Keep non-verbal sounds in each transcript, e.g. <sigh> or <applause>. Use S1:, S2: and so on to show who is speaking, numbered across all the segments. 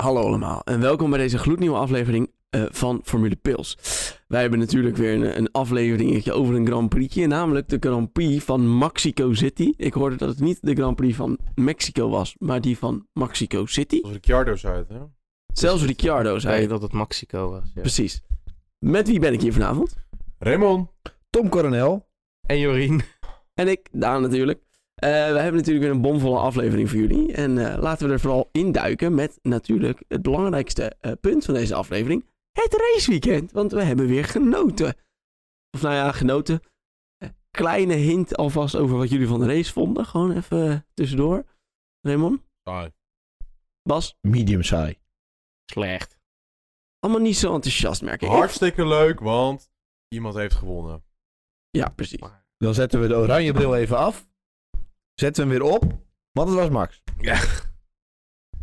S1: Hallo allemaal en welkom bij deze gloednieuwe aflevering eh, van Formule Pils. Wij hebben natuurlijk weer een, een afleveringetje over een Grand Prixje, namelijk de Grand Prix van Mexico City. Ik hoorde dat het niet de Grand Prix van Mexico was, maar die van Mexico City.
S2: Als Ricciardo's uit, hè?
S1: Zelfs Ricciardo
S3: zei
S1: zei dat.
S3: dat het Mexico was. Ja.
S1: Precies. Met wie ben ik hier vanavond?
S2: Raymond.
S4: Tom Coronel.
S3: En Jorien.
S1: En ik, Daan natuurlijk. Eh, we hebben natuurlijk weer een bomvolle aflevering voor jullie. En eh, laten we er vooral induiken met natuurlijk het belangrijkste eh, punt van deze aflevering. Het raceweekend. Want we hebben weer genoten. Of nou ja, genoten. Eh, kleine hint alvast over wat jullie van de race vonden. Gewoon even eh, tussendoor. Raymond,
S2: Ah,
S1: Bas,
S4: Medium saai.
S3: Slecht.
S1: allemaal niet zo enthousiast merk ik.
S2: Hartstikke leuk, want iemand heeft gewonnen.
S1: Ja, precies.
S4: Dan zetten we de oranje bril even af. Zetten we hem weer op. Want het was Max.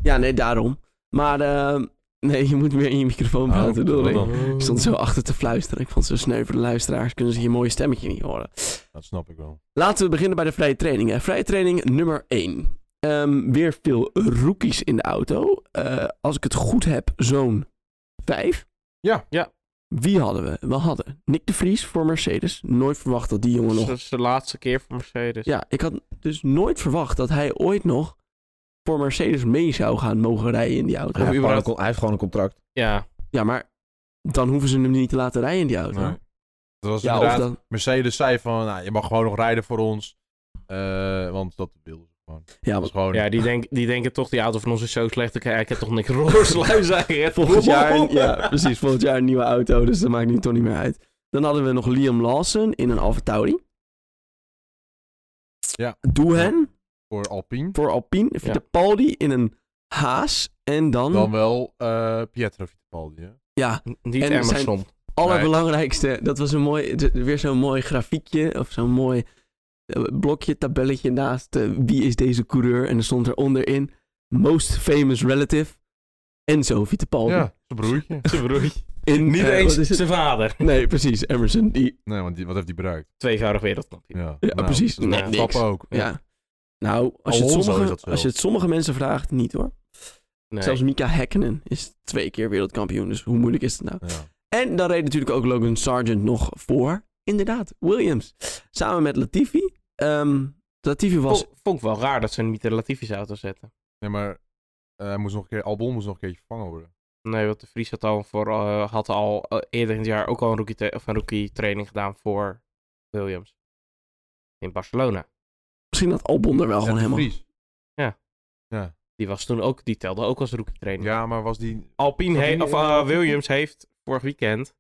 S1: Ja, nee, daarom. Maar eh, nee, je moet meer in je microfoon praten.
S2: Oh, Nou, wat
S1: Doe
S2: dan?
S1: Ik stond zo achter te fluisteren. Ik vond het zo sneu voor de luisteraars. Kunnen ze je mooie stemmetje niet horen.
S2: Nou, Dat snap ik wel.
S1: Laten we beginnen bij de vrije training. hè. Vrije training nummer 1. Ehm, weer veel rookies in de auto. Eh, als ik het goed heb, zo'n 5.
S2: Ja.
S3: Ja.
S1: Wie hadden we? We hadden Nick de Vries voor Mercedes. Nooit verwacht dat die jongen nog...
S3: <laughs> Dat is de laatste keer voor Mercedes.
S1: Ja, ik had dus nooit verwacht dat hij ooit nog voor Mercedes mee zou gaan mogen rijden in die auto.
S4: Hij, heeft gewoon
S3: überhaupt-
S4: een, con- hij heeft gewoon een contract.
S3: Ja.
S1: Ja, maar dan hoeven ze hem niet te laten rijden in die auto.
S2: Nee. Dat was
S1: Ja, of
S2: inderdaad...
S1: dan...
S2: Mercedes zei van, nou, je mag gewoon nog rijden voor ons. eh, want dat wilden ze gewoon.
S1: Ja,
S2: Dat was gewoon...
S3: Ja,
S1: Oh,
S3: die, denk, die denken toch, die auto van ons is zo slecht. Ik, ik heb toch niks roos
S1: <laughs>
S3: luisteren.
S1: Volgend jaar, ja, precies. Volgend jaar een nieuwe auto, dus dat maakt nu toch niet meer uit. Dan hadden we nog Liam Lawson in een Alfa Tauri.
S2: Ja.
S1: Doehan
S2: Voor Alpine.
S1: voor Alpine. Fittipaldi in een Haas. En dan,
S2: Dan wel eh, Pietro Fittipaldi, hè?
S1: ja,
S3: Niet
S1: En zijn-
S3: Emerson.
S1: allerbelangrijkste. Dat was een mooi, d- weer zo'n mooi grafiekje of zo'n mooi eh, blokje, tabelletje naast eh, wie is deze coureur. En er stond er onderin most famous relative Enzo Fittipaldi.
S2: Ja, zijn broertje.
S1: <laughs>
S3: Zijn broer.
S1: In,
S3: Niet
S1: eh,
S3: eens
S1: wat is het?
S3: zijn vader.
S1: Nee, precies. Emerson, die
S2: Nee, want die, wat heeft die bereikt?
S3: Tweevoudig wereldkampioen.
S2: Ja, Nou,
S1: Ja, precies.
S2: dat is
S1: Nee,
S2: wel
S1: niks.
S2: grappig ook.
S1: Ja. Nou, als je, het
S2: Alonso is
S1: sommige,
S2: dat zelfs.
S1: als je het sommige mensen vraagt, niet hoor.
S3: Nee.
S1: Zelfs Mika Häkkinen is twee keer wereldkampioen, dus hoe moeilijk is het nou?
S2: Ja.
S1: En dan reed natuurlijk ook Logan Sargent nog voor, inderdaad, Williams. Samen met Latifi. Ehm, Latifi was...
S3: Vond, vond ik wel raar dat ze hem niet de Latifi's auto zetten.
S2: Nee, maar eh, hij moest nog een keer, Albon moest nog een keertje vervangen worden.
S3: Nee, want de Vries had al, voor, eh, had al eh, eerder in het jaar ook al een rookie, tra- of een rookie training gedaan voor Williams. In Barcelona.
S1: Misschien had Albon er wel gewoon
S2: Zet de
S1: helemaal...
S2: Vries.
S3: Die was toen ook, die telde ook als rookie trainer.
S2: Ja, maar was die...
S3: Alpine
S2: Was
S3: he-
S2: die
S3: of
S2: in de
S3: eh,
S2: Alpine?
S3: Williams heeft vorig weekend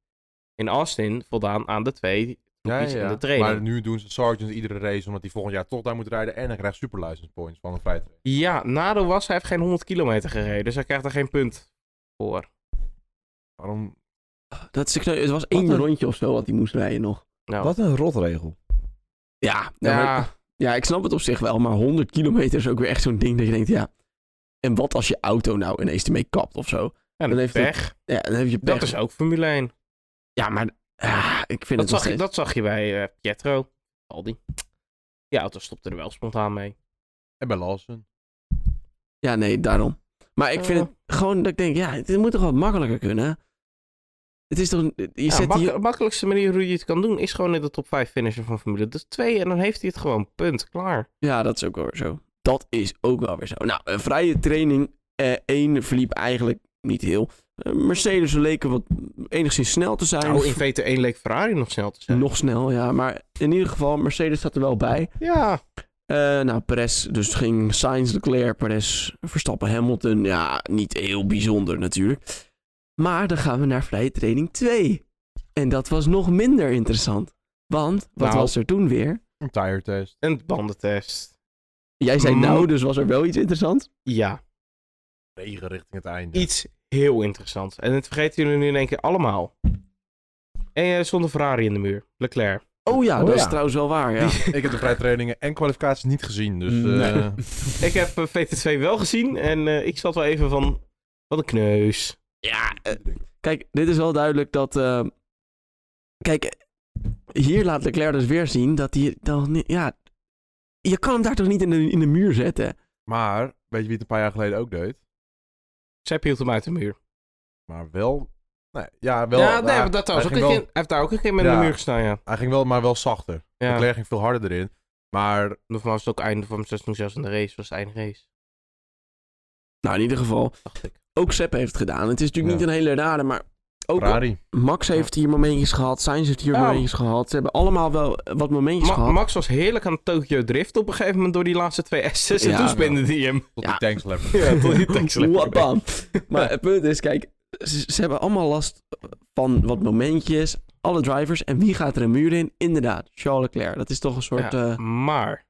S3: in Austin voldaan aan de twee rookies in de training.
S2: Maar nu doen ze Sargent iedere race omdat hij volgend jaar toch daar moet rijden. En hij krijgt super license points van een vrije training.
S3: Ja, nadeel was, hij heeft geen 100 kilometer gereden, dus hij krijgt er geen punt voor.
S2: Waarom?
S1: Dat is, kneu- het was één
S4: een-
S1: rondje of zo wat hij moest rijden nog.
S3: Nou,
S4: Wat een rotregel.
S1: Ja, ja, maar-
S3: Ja,
S1: ja, ik snap het op zich wel, maar 100 kilometer is ook weer echt zo'n ding dat je denkt, ja... En wat als je auto nou ineens ermee kapt of zo?
S3: en
S1: dan
S3: dan
S1: heeft het
S3: pech.
S1: Ja, dan heb je pech.
S3: Dat is ook Formule 1.
S1: Ja, maar ah, ik vind het
S3: Dat
S1: nog
S3: zag, je,
S1: steeds...
S3: dat zag je bij eh, Pietro, Aldi. Die auto stopte er wel spontaan mee.
S2: En bij Lawson.
S1: Ja, nee, daarom. Maar ik vind
S3: Eh.
S1: het gewoon dat ik denk, ja, het moet toch wat makkelijker kunnen? Het is toch... Je
S3: Ja,
S1: zet
S3: mak-
S1: hier...
S3: makkelijkste manier hoe je het kan doen is gewoon in de top 5 finishen van Formule 2 en dan heeft hij het gewoon, punt, klaar.
S1: Ja, dat is ook wel weer zo. Dat is ook wel weer zo. Nou, een vrije training eh 1 verliep eigenlijk niet heel. Eh, Mercedes leken wat enigszins snel te zijn.
S3: Nou, in VT1 leek Ferrari nog snel te zijn.
S1: Nog snel, ja. Maar in ieder geval, Mercedes zat er wel bij.
S3: Ja,
S1: Eh, nou, Perez, dus ging Sainz, Leclerc, Perez, Verstappen, Hamilton. Ja, niet heel bijzonder natuurlijk. Maar dan gaan we naar vrije training 2. En dat was nog minder interessant. Want, wat
S3: Nou.
S1: was er toen weer?
S2: Een tire test.
S3: Een bandentest.
S1: Jij zei
S3: Mm.
S1: nou, dus was er wel iets interessants?
S3: Ja,
S2: Regen richting het einde.
S3: iets heel interessants. En dat vergeten jullie nu in één keer allemaal. En eh, er stond een Ferrari in de muur. Leclerc.
S1: Oh ja,
S4: Oh
S1: dat is
S4: ja.
S1: trouwens wel waar, ja.
S2: Ik heb de vrije trainingen en kwalificaties niet gezien. Dus
S4: Nee.
S2: eh,
S3: <laughs> <laughs> Ik heb eh, VT2 wel gezien en eh, ik zat wel even van... Wat een kneus.
S1: Ja, eh, kijk, dit is wel duidelijk dat... eh, kijk, eh, hier laat Leclerc dus weer zien dat hij dan... niet- Ja, je kan hem daar toch niet in de, in de muur zetten?
S2: maar, weet je wie het een paar jaar geleden ook deed?
S3: Sepp hield hem uit de muur.
S2: Maar wel... Nee, ja, wel.
S3: ja, nee,
S2: hij-
S3: maar dat was
S2: hij
S3: ook
S2: ging
S3: een
S2: wel-
S3: keer, hij heeft daar ook een keer met
S2: Ja.
S3: de muur gestaan, ja.
S2: Hij ging wel, maar wel zachter.
S3: ja.
S2: Leclerc ging veel harder erin. Maar
S3: Volgens mij was het ook einde van mijn seizoen zelfs in de race, was het eindrace.
S1: Nou, in ieder geval,
S3: Dacht ik.
S1: ook Sepp heeft het gedaan. Het is natuurlijk
S2: Ja.
S1: niet een hele rare, maar ook
S2: Ferrari.
S1: Max heeft hier momentjes gehad. Sainz heeft hier
S2: Ja.
S1: momentjes gehad. Ze hebben allemaal wel eh, wat momentjes
S3: Nou. Ma-
S1: gehad.
S3: Max was heerlijk aan Tokyo Drift op een gegeven moment door die laatste twee S's.
S1: Ja.
S3: en toen spinde die hem.
S2: Tot
S1: Ja.
S2: die tankslap.
S3: <laughs> Ja,
S2: <laughs>
S3: tot die tekst.
S1: Wat
S3: <laughs>
S1: dan? Maar het punt is, kijk, ze, ze hebben allemaal last van wat momentjes. Alle drivers. En wie gaat er een muur in? Inderdaad, Charles Leclerc. Dat is toch een soort...
S3: Ja,
S1: eh,
S3: Maar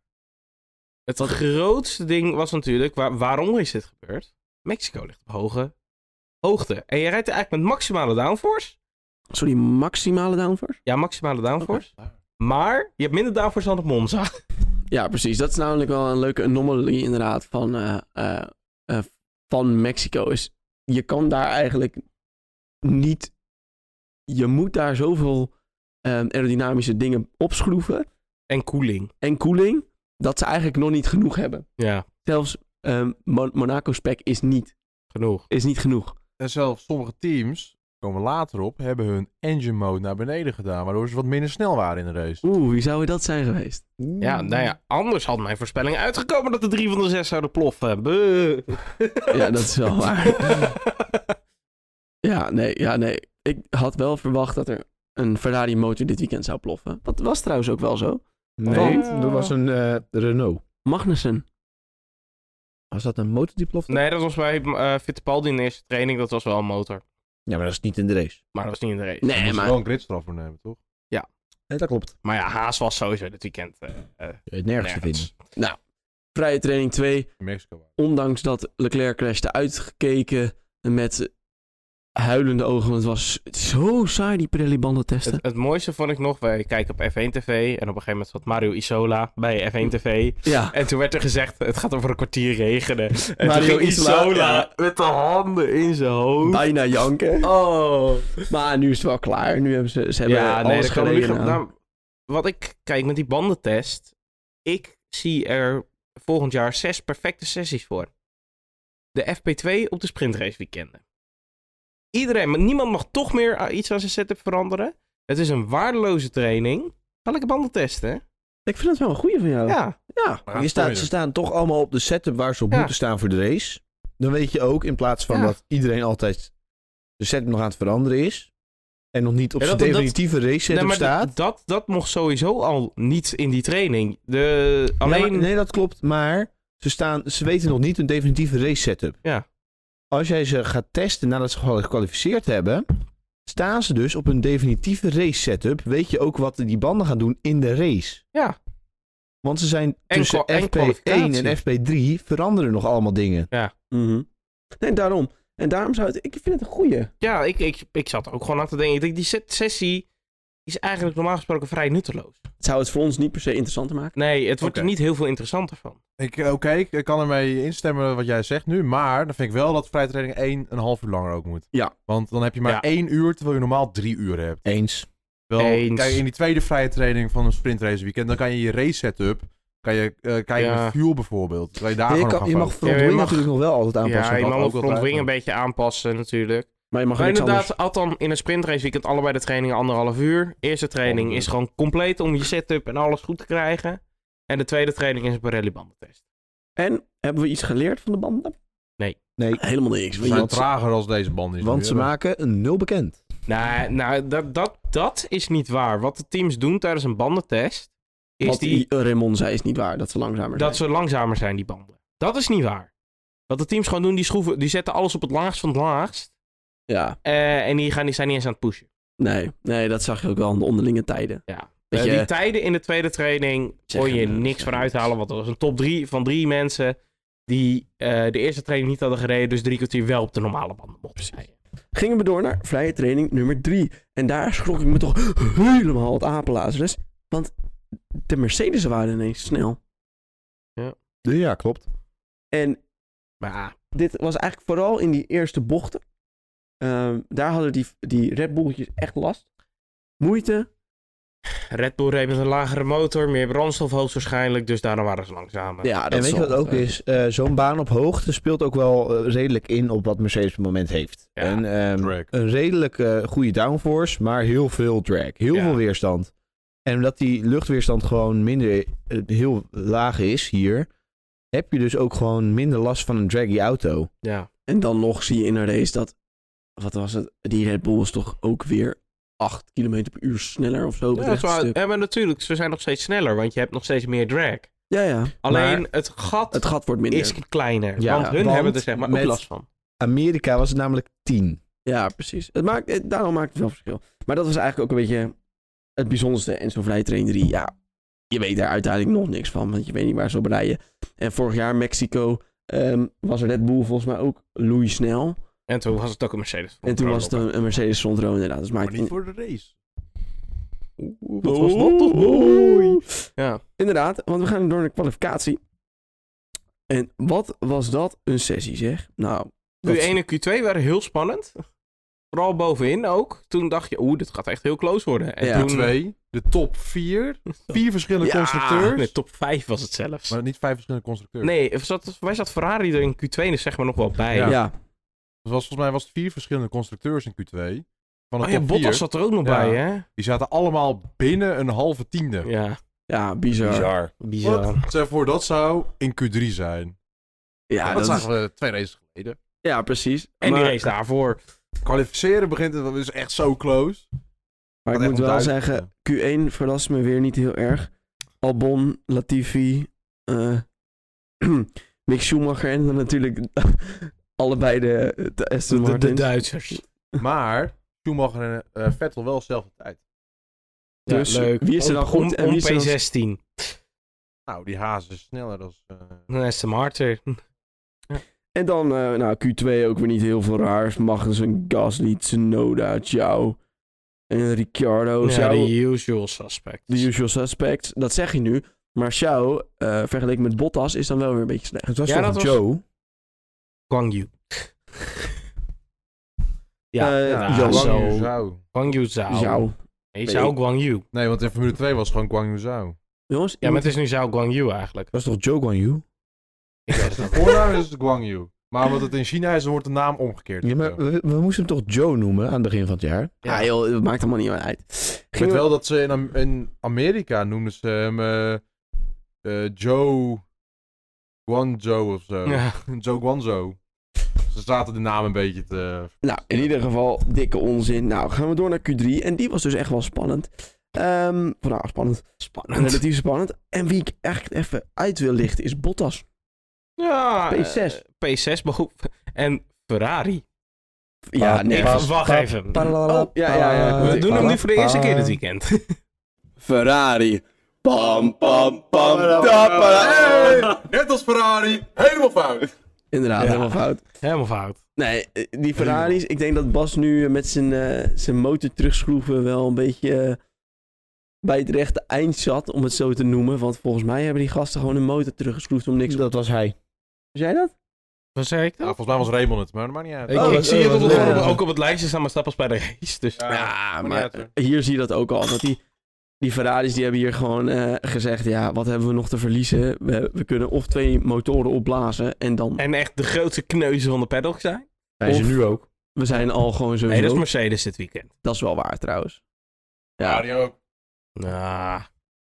S3: het grootste ding was natuurlijk, wa- waarom is dit gebeurd? Mexico ligt op hoge hoogte. En je rijdt er eigenlijk met maximale downforce.
S1: sorry, maximale downforce?
S3: Ja, maximale downforce. Maar je hebt minder downforce dan op Monza. <laughs>
S1: Ja, precies. Dat is namelijk wel een leuke anomaly inderdaad van, eh, eh, eh, van Mexico. Is, je kan daar eigenlijk niet... Je moet daar zoveel eh, aerodynamische dingen opschroeven.
S3: En koeling.
S1: en koeling dat ze eigenlijk nog niet genoeg hebben.
S3: Ja,
S1: Zelfs ehm, Mon- Monaco spec is niet,
S3: genoeg.
S1: is niet genoeg.
S2: En zelfs sommige teams, komen we later op, hebben hun engine mode naar beneden gedaan. Waardoor ze wat minder snel waren in de race.
S1: Oeh, wie zou dat zijn geweest? Mm.
S3: Ja, nou ja, anders had mijn voorspelling uitgekomen dat de drie van de zes zouden ploffen. Buh.
S1: <laughs> Ja, dat is
S3: <laughs>
S1: wel waar. Ja, nee, ja, nee. Ik had wel verwacht dat er een Ferrari motor dit weekend zou ploffen. Dat was trouwens ook wel zo.
S4: Nee,
S2: Want-
S4: dat was een eh, Renault.
S1: Magnussen.
S4: Was dat een motor die plofte?
S3: Nee, dat was bij eh Fittipaldi in de eerste training, dat was wel een motor.
S4: Ja, maar dat is niet in de race.
S3: Maar dat was niet in de race.
S1: Nee,
S2: Moest
S1: maar
S2: wel een gridstraf voor nemen, toch?
S4: Nee, dat klopt.
S3: Maar ja, Haas was sowieso dit weekend eh, eh,
S4: Nergens, nergens te vinden.
S3: nergens.
S1: vrije training 2.
S2: In Mexico.
S1: Ondanks dat Leclerc crashte uitgekeken met huilende ogen. want Het was zo saai, die Pirelli-banden testen.
S3: Het, het mooiste vond ik nog, wij kijken op F1 TV en op een gegeven moment zat Mario Isola bij F1 TV.
S1: Ja.
S3: En toen werd er gezegd, het gaat over een kwartier regenen. En
S1: Mario
S3: toen ging
S1: Isola,
S3: Isola,
S1: ja.
S3: met de handen in zijn hoofd.
S1: Bijna janken.
S3: Oh.
S1: Maar nu is het wel klaar. Nu hebben ze, ze hebben
S3: Ja, nee,
S1: alles
S3: dat kan er niet
S1: gereden.
S3: ge- nou, Wat ik kijk met die bandentest, ik zie er volgend jaar zes perfecte sessies voor. De FP2 op de sprintrace weekenden. Iedereen, maar niemand mag toch meer aan- iets aan zijn setup veranderen. Het is een waardeloze training. Ga lekker banden testen.
S1: Ik vind het wel een goeie van jou.
S3: Ja.
S1: Ja.
S2: Maar
S4: Je staat,
S2: spoiler.
S4: ze staan toch allemaal op de setup waar ze
S3: dus.
S4: op
S3: Ja.
S4: moeten staan voor de race. Dan weet je ook, in plaats van
S3: Ja.
S4: dat iedereen altijd de setup nog aan het veranderen is. En nog niet op
S3: Ja,
S4: zijn
S3: dat- dat-
S4: definitieve race setup
S3: Nee, maar
S4: staat.
S3: d- dat, dat mocht sowieso al niet in die training. De, alleen...
S4: Ja, maar- nee, dat klopt. Maar ze, staan, ze weten nog niet hun definitieve race setup.
S3: Ja.
S4: Als jij ze gaat testen nadat ze gewoon gekwalificeerd hebben, staan ze dus op hun definitieve race setup. Weet je ook wat die banden gaan doen in de race.
S3: Ja.
S4: Want ze zijn
S3: En
S4: tussen
S3: kwa- en
S4: FP1 en
S3: kwalificatie.
S4: FP3 veranderen nog allemaal dingen.
S1: Mhm. Nee, daarom. En daarom zou het... Ik vind het een goeie.
S3: Ja, ik, ik, ik zat ook gewoon aan te denken. Ik denk, die set- sessie is eigenlijk normaal gesproken vrij nutteloos.
S1: Het zou het voor ons niet per se interessanter maken.
S3: Nee, het wordt
S2: Oké.
S3: er niet heel veel interessanter van.
S2: Ik, eh, Oké, ik ik kan ermee instemmen wat jij zegt nu. Maar dan vind ik wel dat vrijtraining 1 een half uur langer ook moet.
S1: Ja.
S2: Want dan heb je maar
S3: Ja.
S2: één uur, terwijl je normaal drie uur hebt.
S4: Eens.
S2: Wel,
S3: Eens.
S2: Kijk, in die tweede vrije training van een sprintrace weekend, dan kan je je race setup, kan je eh, kijken
S3: Ja.
S2: naar fuel bijvoorbeeld. Kan je daar
S3: Ah,
S4: Ja, je,
S2: gewoon
S4: kan,
S2: gaan
S4: je mag
S2: focussen.
S4: front
S3: Ja, je
S4: wing
S3: mag-
S4: natuurlijk nog wel altijd aanpassen.
S3: Ja, je
S2: dat
S3: mag
S2: ook
S3: ook
S2: wel
S3: front
S2: vrij,
S3: wing een
S2: maar-
S3: beetje aanpassen natuurlijk.
S1: Maar je mag er
S3: Maar
S1: niks
S3: inderdaad,
S1: anders.
S3: Althans, in een sprintrace weekend allebei de trainingen anderhalf uur. Eerste training is gewoon compleet om je setup en alles goed te krijgen. En de tweede training is een Pirelli bandentest.
S1: En hebben we iets geleerd van de banden?
S4: Nee,
S1: Helemaal niks.
S2: Ze zijn
S1: Want-
S2: trager als deze band is.
S4: want ze maken een nul bekend.
S3: Nou, nou dat, dat, dat is niet waar. Wat de teams doen tijdens een bandentest, is
S1: Wat
S3: die,
S1: die... Raymond zei is niet waar. Dat ze langzamer
S3: dat
S1: zijn.
S3: ze langzamer zijn, die banden. Dat is niet waar. Wat de teams gewoon doen, die schroeven, die zetten alles op het laagst van het laagst.
S1: Ja.
S3: eh, en die, gaan, die zijn niet eens aan het pushen.
S1: Nee. Nee, dat zag je ook wel aan de onderlinge tijden.
S3: Ja.
S1: Weet je,
S3: Eh, die tijden in de tweede training
S1: Zeg nou.
S3: kon je
S1: inderdaad,
S3: niks van
S1: ja.
S3: uithalen. Want er was een top drie van drie mensen die eh, de eerste training niet hadden gereden. Dus drie kwartier wel op de normale banden mochten rijden.
S1: gingen we door naar vrije training nummer 3. En daar schrok ik me toch helemaal het apenlazers. Want de Mercedes waren ineens snel.
S4: Ja, klopt.
S1: En
S3: Maar ja,
S1: dit was eigenlijk vooral in die eerste bochten. Ehm, daar hadden die, die Red Bulltjes echt last. Moeite.
S3: Red Bull reed met een lagere motor, meer brandstof hoogstwaarschijnlijk, dus daarom waren ze langzamer.
S1: Ja, dat
S4: en weet je
S1: zal
S4: wat ook
S1: wel.
S4: is? Eh, Zo'n baan op hoogte speelt ook wel eh, redelijk in op wat Mercedes op het moment heeft.
S3: Ja,
S4: en, ehm,
S2: drag.
S4: Een redelijk eh, goede downforce, maar heel veel drag. Heel
S3: Ja.
S4: veel weerstand. En omdat die luchtweerstand gewoon minder eh, heel laag is hier, heb je dus ook gewoon minder last van een draggy auto.
S3: Ja.
S1: En dan nog zie je in een race dat, wat was het, die Red Bull was toch ook weer 8 km per uur sneller of zo. op
S3: Ja,
S1: het
S3: dat is waar.
S1: rechte stuk.
S3: Ja, maar natuurlijk, ze zijn nog steeds sneller, want je hebt nog steeds meer drag.
S1: ja, ja.
S3: Alleen het gat
S1: Het gat wordt minder.
S3: is kleiner,
S4: Ja,
S3: want hun
S4: want
S3: hebben er zeg maar ook
S4: met-
S3: last van.
S4: Amerika was het namelijk 10.
S1: Ja, precies. Het maakt, eh, daarom maakt het wel verschil. Maar dat was eigenlijk ook een beetje het bijzonderste. En zo'n Vrijtrain 3, ja, je weet daar uiteindelijk nog niks van, want je weet niet waar ze op rijden. En vorig jaar Mexico ehm, was Red Bull volgens mij ook loeisnel.
S3: En toen was het ook een Mercedes.
S1: En toen was het een, een Mercedes Sondro inderdaad. Dus
S2: Maar
S1: maakt
S2: niet voor de race.
S1: Oeh, wat was dat toch mooi.
S3: Ja.
S1: Inderdaad, want we gaan door naar de kwalificatie. En wat was dat een sessie, zeg? Nou, dat
S3: Q1 en Q2 waren heel spannend. Vooral bovenin ook. Toen dacht je, oeh, dit gaat echt heel close worden. En
S1: Ja.
S3: toen...
S2: Twee, de top vier. Vier verschillende
S1: Ja.
S2: constructeurs.
S3: Nee, top 5 was het zelfs.
S2: Maar niet vijf verschillende constructeurs.
S3: Nee, er zat, wij zat Ferrari er in Q2 dus zeg maar nog wel bij.
S1: ja.
S2: Ja. Het was, volgens mij was het vier verschillende constructeurs in Q2. Van de
S3: Oh ja,
S2: top
S3: Bottas
S2: vier.
S3: zat er ook nog
S2: Ja.
S3: bij, hè?
S2: Die zaten allemaal binnen een halve tiende.
S3: Ja,
S1: ja, bizar.
S3: bizar.
S2: Wat? Stel voor, dat zou in Q3 zijn.
S1: Ja,
S2: dat
S1: dat is-
S2: zagen we twee races geleden.
S1: ja, precies.
S3: En
S1: maar,
S3: die race daarvoor.
S2: Kwalificeren begint het, dat is echt zo close.
S1: maar ik
S2: Echt
S1: moet wel
S2: onduidelijk.
S1: zeggen, Q1 verrast me weer niet heel erg. Albon, Latifi, eh, <clears throat> Mick Schumacher en dan natuurlijk <laughs> allebei de, de Aston
S3: De, de
S1: Martins.
S3: Duitsers.
S2: Maar Schumacher en eh, Vettel wel dezelfde tijd.
S1: Dus wie is er dan
S3: Om-
S1: goed en
S3: om,
S1: wie is er dan-
S3: P16.
S2: Nou, die hazen is sneller dan... eh,
S3: Dan is de Marter.
S1: En dan, eh, nou, Q2 ook weer niet heel veel raars. Magnussen, Gasly, Tsunoda, Zhao en Ricciardo.
S3: ja,
S1: Zhao-
S3: de usual suspect.
S1: Oh, de usual suspects. Dat zeg je nu. Maar Xiao, eh, vergeleken met Bottas, is dan wel weer een beetje slecht.
S4: Het was
S3: Ja,
S4: toch
S3: dat was-
S4: Joe?
S3: Guang Yu. ja,
S1: Eh,
S3: ja,
S1: Johan
S3: zo.
S2: Guang Yu Zhou.
S3: Guang Yu Zhao.
S1: Xiao.
S3: Nee, Zhao Guang Yu.
S2: Nee, want in Formule 2 was het gewoon Guang Yu Zhou.
S1: Jongens,
S3: Ja, maar het is nu Zhao Guang Yu eigenlijk.
S4: Het was toch Joe Guan Yu?
S3: Ik weet <laughs> het
S2: dus De
S3: ook niet.
S2: voornaam is het Guang Yu. Maar omdat het in China is, dan wordt de naam omgekeerd.
S4: Ja, maar we, we moesten hem toch Joe noemen aan het begin van het jaar?
S1: ja, joh, het maakt allemaal niet meer uit.
S2: Ik weet
S1: Gingen we-
S2: wel dat ze in, Am- in Amerika noemden ze hem eh, eh, Joe Guanzo of zo.
S3: Ja.
S2: <laughs> Joe Guanzo. Ze zaten de naam een beetje te...
S1: Nou, in ieder geval, dikke onzin. Nou, gaan we door naar Q3. En die was dus echt wel spannend. Ehm, van, nou, spannend.
S3: Spannend.
S1: Relatief spannend. En wie ik echt even uit wil lichten is Bottas.
S3: Ja, eh,
S1: P6.
S3: P6 behoeft. En Ferrari.
S1: Ja, nee.
S3: Ik
S4: pa-
S3: wacht
S4: pa-
S3: even.
S1: Oh, ja, ja, ja,
S3: We doen hem nu voor de eerste keer dit
S4: natuurlijk.
S3: weekend. <laughs>
S1: Ferrari. Pam, pam, pam.
S2: net als Ferrari, helemaal fout.
S1: Inderdaad,
S3: Ja.
S1: helemaal fout.
S3: Helemaal fout.
S1: Nee, eh, die Ferraris. Ik denk dat Bas nu eh, met zijn, eh, zijn motor terugschroeven wel een beetje eh, bij het rechte eind zat, om het zo te noemen. Want volgens mij hebben die gasten gewoon een motor teruggeschroefd om niks.
S4: Dat was hij.
S1: Was jij dat?
S3: Wat zei ik
S2: Ja,
S3: dan?
S2: volgens mij was Raymond het, maar dat maakt niet uit.
S3: Ik,
S4: Oh,
S3: ik
S4: dat-
S3: zie
S4: oh,
S3: het op
S4: dat-
S3: het-
S1: ja, ja.
S3: ook op het lijstje staan, maar stap als bij de race. Dus
S2: Ja,
S1: ja,
S2: maakt niet
S1: maar
S2: uit, hoor.
S1: eh, hier zie je dat ook al. Dat die, die Ferraris die hebben hier gewoon eh, gezegd, ja, wat hebben we nog te verliezen? We, we kunnen of twee motoren opblazen en dan...
S3: En echt de grootste kneuzen van de paddock zijn.
S4: Hij is er
S1: Of-
S4: nu ook.
S1: we zijn al gewoon zo.
S3: Nee, dat is Mercedes dit weekend.
S1: wel waar trouwens. Ja,
S2: Ferrari ook.
S3: Nou,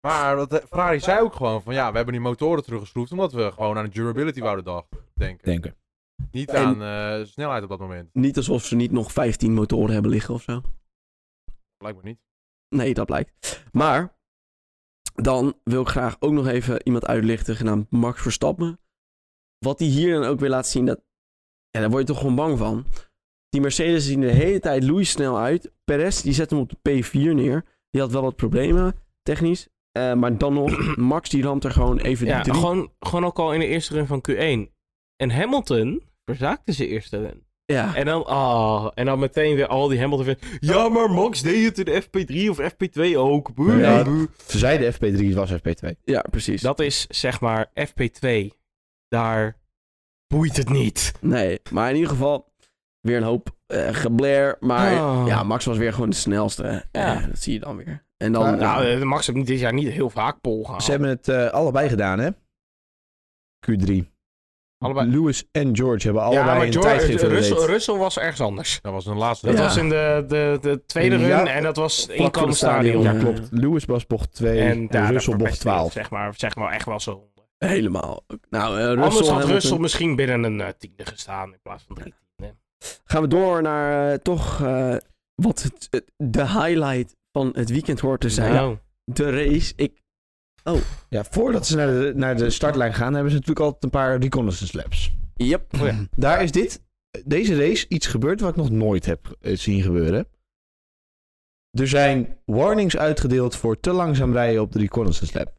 S2: Maar dat, eh, Ferrari zei ook gewoon van ja, we hebben die motoren teruggeschroefd omdat we gewoon aan de durability wouden dag denken.
S4: Denken.
S2: Niet
S1: En-
S2: aan eh, snelheid op dat moment.
S1: niet alsof ze niet nog 15 motoren hebben liggen of zo.
S2: Blijkbaar niet.
S1: Nee, dat blijkt. Maar dan wil ik graag ook nog even iemand uitlichten genaamd Max Verstappen. Wat hij hier dan ook weer laat zien, dat, ja, daar word je toch gewoon bang van. Die Mercedes zien de hele tijd loeisnel uit. Perez, die zet hem op de P4 neer. Die had wel wat problemen, technisch. Eh, maar dan
S3: <clears throat>
S1: nog, Max die ramt er gewoon even
S3: ja,
S1: drie.
S3: gewoon, gewoon ook al in de eerste run van Q1. En Hamilton verzaakte zijn eerste run.
S1: Ja.
S3: En dan, ah, en dan meteen weer al die Hamilton fans, Ja, maar Max deed het in de FP3 of FP2 ook. Boe,
S4: Ja.
S3: boe.
S4: Ze zeiden FP3, het was FP2.
S1: ja, precies.
S3: Dat is zeg maar FP2. Daar boeit het niet.
S1: Nee, maar in ieder geval weer een hoop eh geblair. Maar
S3: Oh.
S1: ja, Max was weer gewoon de snelste. Ja,
S3: Ja.
S1: dat zie je dan weer. En dan...
S4: Maar,
S1: ja,
S3: Nou, eh, Max heeft niet- dit jaar niet heel vaak pol gehaald.
S4: Ze hebben het eh, allebei gedaan, hè? Q3.
S3: Allebei-
S4: Lewis en George hebben
S3: ja,
S4: allebei
S3: maar
S4: een
S3: George-
S4: tijdrit
S3: Russell,
S4: gereden.
S3: Russell was ergens anders.
S2: Dat was een laatste.
S3: Dat
S1: Ja.
S3: was in de, de, de tweede
S4: Ja.
S3: run en dat was in
S1: voor het
S3: Komenstadion.
S4: Ja,
S1: stadion.
S4: klopt. Lewis was bocht 2
S3: En,
S4: en,
S3: daar-
S4: Russell
S3: daar
S4: bocht
S3: verpest hij
S4: 12.
S3: het, Zeg maar, zeg maar echt wel zo.
S1: helemaal. Nou, eh
S3: Anders
S1: Russell,
S3: had
S1: Hamilton.
S3: Russell misschien binnen een eh, tiende gestaan in plaats van drie tiende.
S1: Gaan we door naar eh, toch eh, wat het- het- de highlight van het weekend hoort te zijn.
S3: Nou,
S1: De race. Ik,
S4: Ja, voordat ze naar de, naar de startlijn gaan, hebben ze natuurlijk altijd een paar reconnaissance laps.
S1: yep.
S3: Oh ja.
S4: Daar is dit, deze race iets gebeurd wat ik nog nooit heb eh, zien gebeuren. Er zijn warnings uitgedeeld voor te langzaam rijden op de reconnaissance lap.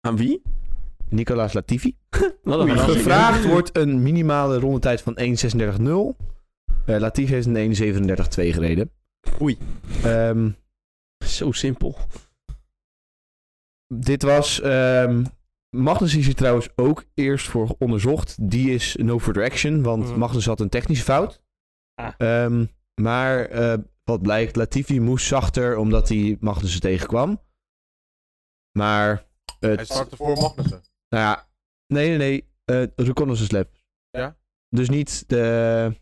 S1: Aan wie?
S4: Nicolas Latifi.
S1: Wat een
S4: Oei,
S1: verrassing.
S4: Gevraagd wordt een minimale rondetijd van 1.36.0. Eh Latifi heeft een 1.37.2 gereden.
S1: Oei.
S4: Ehm,
S1: Zo simpel.
S4: dit was... ehm Magnus is hier trouwens ook eerst voor onderzocht. Die is no further action, want
S3: Mhm.
S4: Magnus had een technische fout.
S3: Ah.
S4: Ehm, maar eh, wat blijkt, Latifi moest zachter omdat hij Magnus tegenkwam. Maar
S2: Hij
S4: het,
S2: startte voor Magnussen.
S4: Nou ja, nee, nee, nee. eh, reconnaissance lab.
S2: Ja?
S4: Dus niet de...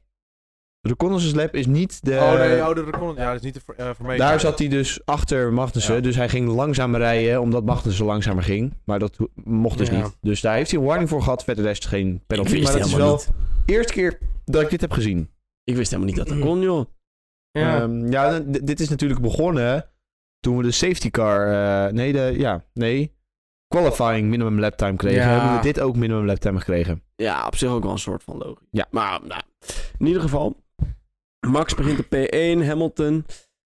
S4: Reconnaissance lab is niet
S3: Eh,
S4: de...
S2: oh nee, oh, de recon- Ja, dat is niet de voor mij.
S4: Daar zat hij dus achter Magnussen.
S2: Ja.
S4: Dus hij ging langzamer rijden, omdat Magnussen langzamer ging. Maar dat ho- mocht dus
S3: Ja.
S4: niet. Dus daar heeft hij een warning voor gehad. Verder is het geen
S1: Ik
S4: penalty.
S1: wist
S4: Maar dat is
S1: helemaal
S4: wel
S1: niet.
S4: de eerste keer dat ik dit heb gezien.
S1: Ik wist helemaal niet dat dat kon, joh.
S3: ja.
S4: Ehm, ja d- dit is natuurlijk begonnen toen we de safety car... eh, nee, de, ja, nee. Qualifying minimum lap time kregen.
S3: Ja.
S4: Hebben we dit ook minimum lap time gekregen.
S1: Ja, op zich ook wel een soort van logisch.
S4: Ja.
S1: Maar nou, in ieder geval, Max begint op P1, Hamilton.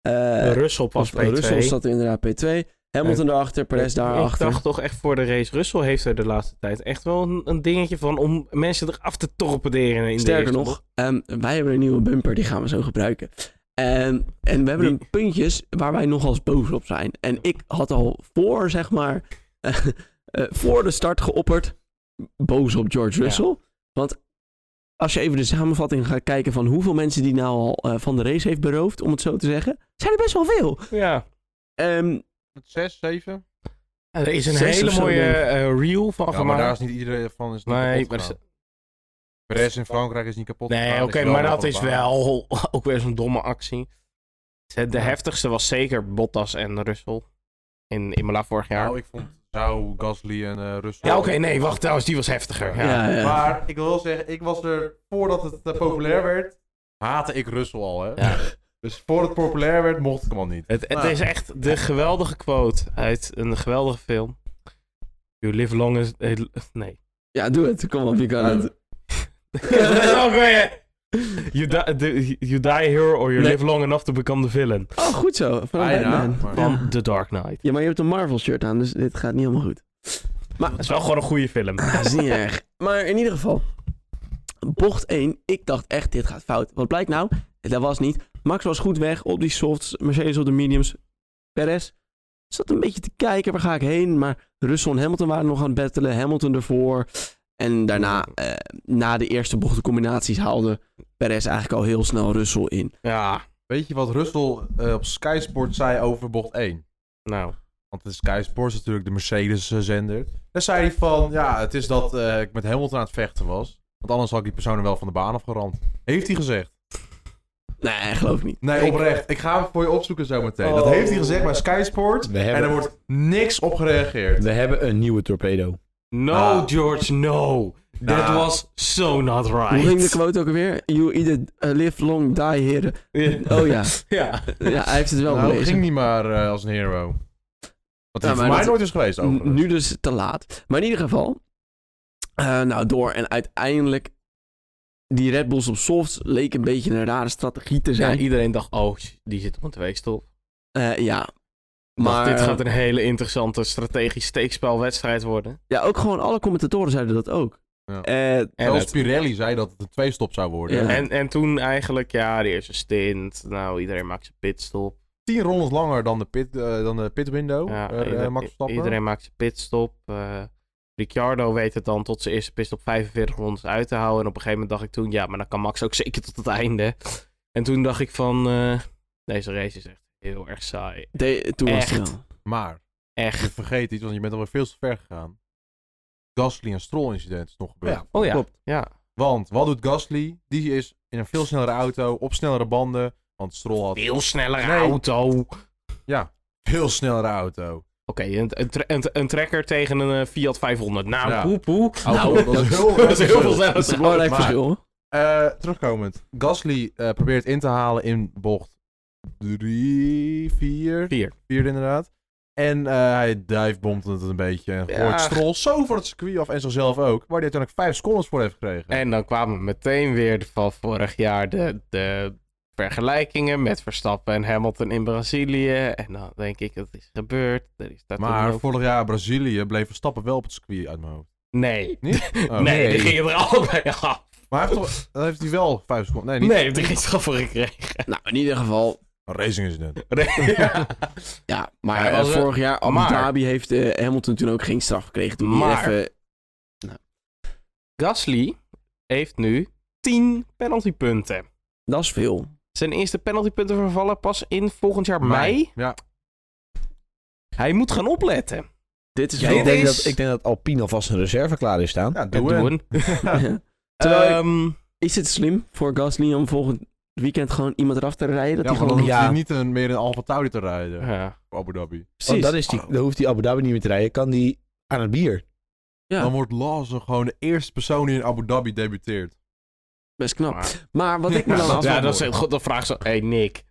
S1: eh
S3: Russell pas P2.
S1: Russell zat inderdaad P2. Hamilton daarachter, Perez
S3: Ik-
S1: daarachter.
S3: Ik dacht toch echt voor de race. Russell heeft er de laatste tijd echt wel een, een dingetje van om mensen eraf te torpederen. In de
S1: Sterker
S3: eerste
S1: nog, ehm, wij hebben een nieuwe bumper, die gaan we zo gebruiken. Ehm, en we hebben
S3: Die-
S1: een puntjes waar wij nogal eens boos op zijn. En ik had al voor, zeg maar, <laughs> eh, eh, voor de start geopperd, boos op George
S3: Ja.
S1: Russell. Want als je even de samenvatting gaat kijken van hoeveel mensen die nou al eh, van de race heeft beroofd, om het zo te zeggen, zijn er best wel veel.
S3: ronde. Ja.
S1: Ehm,
S2: Zes, zeven.
S3: Er is een
S1: Zes of
S3: hele
S1: zo,
S3: mooie
S1: denk ik.
S3: eh, reel van
S2: Ja, maar
S3: gemaakt.
S2: daar is niet iedereen van. Is niet
S3: Nee,
S2: kapot
S3: maar dat is-
S2: gegaan. Perez in Frankrijk is niet kapot.
S3: Nee, oké,
S2: gegaan, is wel
S3: maar
S2: nog
S3: dat
S2: op
S3: is
S2: de baan.
S3: wel <laughs> ook weer zo'n domme actie. De de
S2: Ja.
S3: heftigste was zeker Bottas en Russell. In Imola vorig jaar.
S2: Nou, ik vond zou Gasly en eh Russell. Eh.
S3: ja, oké, nee, wacht trouwens, die was heftiger. Ja.
S1: ja, ja.
S2: Maar ik wil wel zeggen, ik was er voordat het eh, populair werd. Haatte ik Russell al, hè?
S3: Ja.
S2: Dus voordat het populair werd, mocht ik hem al niet.
S3: Het, het
S2: Nou.
S3: is echt de geweldige quote uit een geweldige film. You live long as... eh, Nee.
S1: ja, doe het. Kom op, je kan het.
S2: Eh,
S3: Welke ben je? You, die- the- you die here or you
S1: Nee.
S3: live long enough to become the villain.
S1: Oh, goed zo. Van
S2: Bijna, maar-
S3: Van
S1: ja.
S3: The Dark Knight.
S1: ja, maar je hebt een Marvel shirt aan, dus dit gaat niet helemaal goed.
S3: Dat is wel gewoon een goede film.
S1: Dat is niet erg. Maar in ieder geval, bocht 1, ik dacht echt, dit gaat fout. Wat blijkt nou? Dat was niet. Max was goed weg op die softs, Mercedes op de mediums. Perez zat een beetje te kijken, waar ga ik heen? Maar Russell en Hamilton waren nog aan het battelen, Hamilton ervoor. En daarna, eh, na de eerste bocht de combinaties haalde Perez eigenlijk al heel snel Russell in.
S3: Ja,
S2: Weet je wat Russell eh, op Sky Sport zei over bocht 1?
S3: nou.
S2: Want de Sky Sport is natuurlijk de Mercedes-zender. Daar zei hij van, ja, het is dat eh, ik met Hamilton aan het vechten was. Want anders had ik die persoon er wel van de baan afgeramd. Heeft hij gezegd?
S1: Nee, geloof ik Oh. niet.
S2: Nee, oprecht. Ik ga hem voor je opzoeken zometeen. Dat heeft hij gezegd bij Sky Sport.
S4: We
S2: En
S4: hebben,
S2: er wordt niks op gereageerd.
S4: we hebben een nieuwe torpedo.
S3: No,
S2: Ah.
S3: George, no. That
S2: Ah.
S3: was so not
S1: Hoe
S3: right.
S1: ging de quote ook alweer? You either eh, live long, die heren. Oh ja.
S3: <laughs> ja.
S1: ja, hij heeft het wel
S2: Nou,
S1: gelezen.
S2: ging niet maar eh, als een hero. Wat
S1: Ja,
S2: hij
S1: maar
S2: voor mij
S1: dat-
S2: nooit is geweest, overigens.
S1: N- Nu dus te laat. Maar in ieder geval. eh, nou, door. En uiteindelijk. Die Red Bulls op softs leek een beetje een rare strategie te
S3: ja,
S1: zijn. Ja.
S3: iedereen dacht, oh, die zit op een tweestop.
S1: ja.
S3: Maar
S1: Maar eh,
S3: dit gaat een hele interessante strategisch steekspelwedstrijd worden.
S1: ja, ook gewoon alle commentatoren zeiden dat ook.
S2: Ja.
S1: Eh,
S3: En,
S2: Zelfs
S3: het-
S2: Pirelli zei dat het een twee-stop zou worden.
S1: Ja.
S3: en, en toen eigenlijk, ja, de eerste stint. Nou, iedereen maakt zijn pitstop.
S2: Tien rondes langer dan de pit, eh, dan de pit window.
S3: Ja,
S2: eh,
S3: ieder-
S2: Max Verstappen.
S3: iedereen maakt zijn pitstop. eh, Ricciardo weet het dan tot zijn <laughs> eerste pitstop 45 rondes uit te houden. En op een gegeven moment dacht ik toen, ja, maar dan kan Max ook zeker tot het einde. En toen dacht ik van, eh, deze race is echt heel erg saai.
S1: De- toen was het
S3: Echt.
S1: wel.
S2: Maar, je
S3: Echt.
S2: vergeet iets, want je bent alweer veel te ver gegaan. Gasly en Stroll incident is nog gebeurd.
S4: Ja.
S3: Oh ja,
S4: Klopt.
S3: ja.
S2: Want, wat doet Gasly? Die is in een veel snellere auto, op snellere banden. Want Stroll had
S3: Veel sneller
S2: Nee.
S3: auto. Oké,
S2: veel snellere auto.
S3: een, een, tra- een, een trekker tegen een eh, Fiat 500. Nou,
S2: Ja.
S3: poep, poep.
S2: Auto,
S3: Nou,
S2: dat is heel-
S3: <laughs> dat is heel
S1: <laughs>
S3: veel
S1: Dat is een
S3: sneller.
S1: belangrijk
S2: Maar-
S1: verschil. hoor.
S2: Eh, terugkomend. Gasly eh, probeert in te halen in bocht 3, 4.
S3: Vier.
S2: 4 inderdaad. En eh, hij divebomt het een beetje en
S3: Ja.
S2: gooit Stroll zo van het circuit af en zichzelf ook. Waar hij uiteindelijk 5 secondes voor heeft gekregen.
S3: En dan kwamen meteen weer van vorig jaar de, de vergelijkingen met Verstappen en Hamilton in Brazilië. En dan denk ik, dat is gebeurd. Er is daar toen
S2: maar
S3: ook-
S2: vorig jaar Brazilië bleef Verstappen wel op het circuit uit mijn hoofd.
S3: Nee. <laughs>
S2: Oh.
S3: nee, die gingen er allebei af.
S2: Maar hij heeft, toch, dan heeft hij wel 5 seconden. Nee, niet
S3: Nee, die geen straf voor <laughs> gekregen.
S1: Nou, in ieder geval.
S2: een racing incident.
S3: Nee.
S1: Ja, maar
S3: Ja,
S1: eh,
S3: was het-
S1: vorig jaar Abu
S3: maar-
S1: Dhabi heeft eh, Hamilton toen ook geen straf gekregen. Toen maar...
S3: Maar-
S1: even...
S3: Gasly heeft nu 10 penaltypunten.
S1: Dat is veel.
S3: Zijn eerste penaltypunten vervallen pas in volgend jaar mei.
S2: Ja.
S3: Hij moet gaan opletten.
S1: Dit is
S3: Ja,
S1: veel.
S4: ik, denk
S3: is-
S4: dat, ik denk dat Alpine alvast een reserve klaar is staan.
S2: Ja, doe
S3: Dat
S2: het.
S3: doen. <laughs>
S1: Terwijl ik-
S3: Ehm,
S1: Is het slim voor Gasly om volgend weekend gewoon iemand eraf te rijden? Dat
S2: Ja,
S1: hij
S2: want dan
S1: gewoon...
S2: hoeft
S4: Ja.
S2: hij niet een, meer in Alfa Tauri te rijden.
S3: ja.
S2: voor Abu Dhabi.
S4: Want
S1: Precies. Oh,
S4: dan, is die, dan hoeft die Abu Dhabi niet meer te rijden. Kan die aan het bier.
S1: Ja.
S2: Dan wordt Lawson gewoon de eerste persoon die in Abu Dhabi debuteert.
S1: Best knap.
S3: Maar-
S1: Maar wat ik me dan
S2: Ja,
S1: af...
S3: ja,
S2: wel
S3: dat is
S2: mooi.
S3: heel goed. Dan vraag ze... Hé, hey, Nick.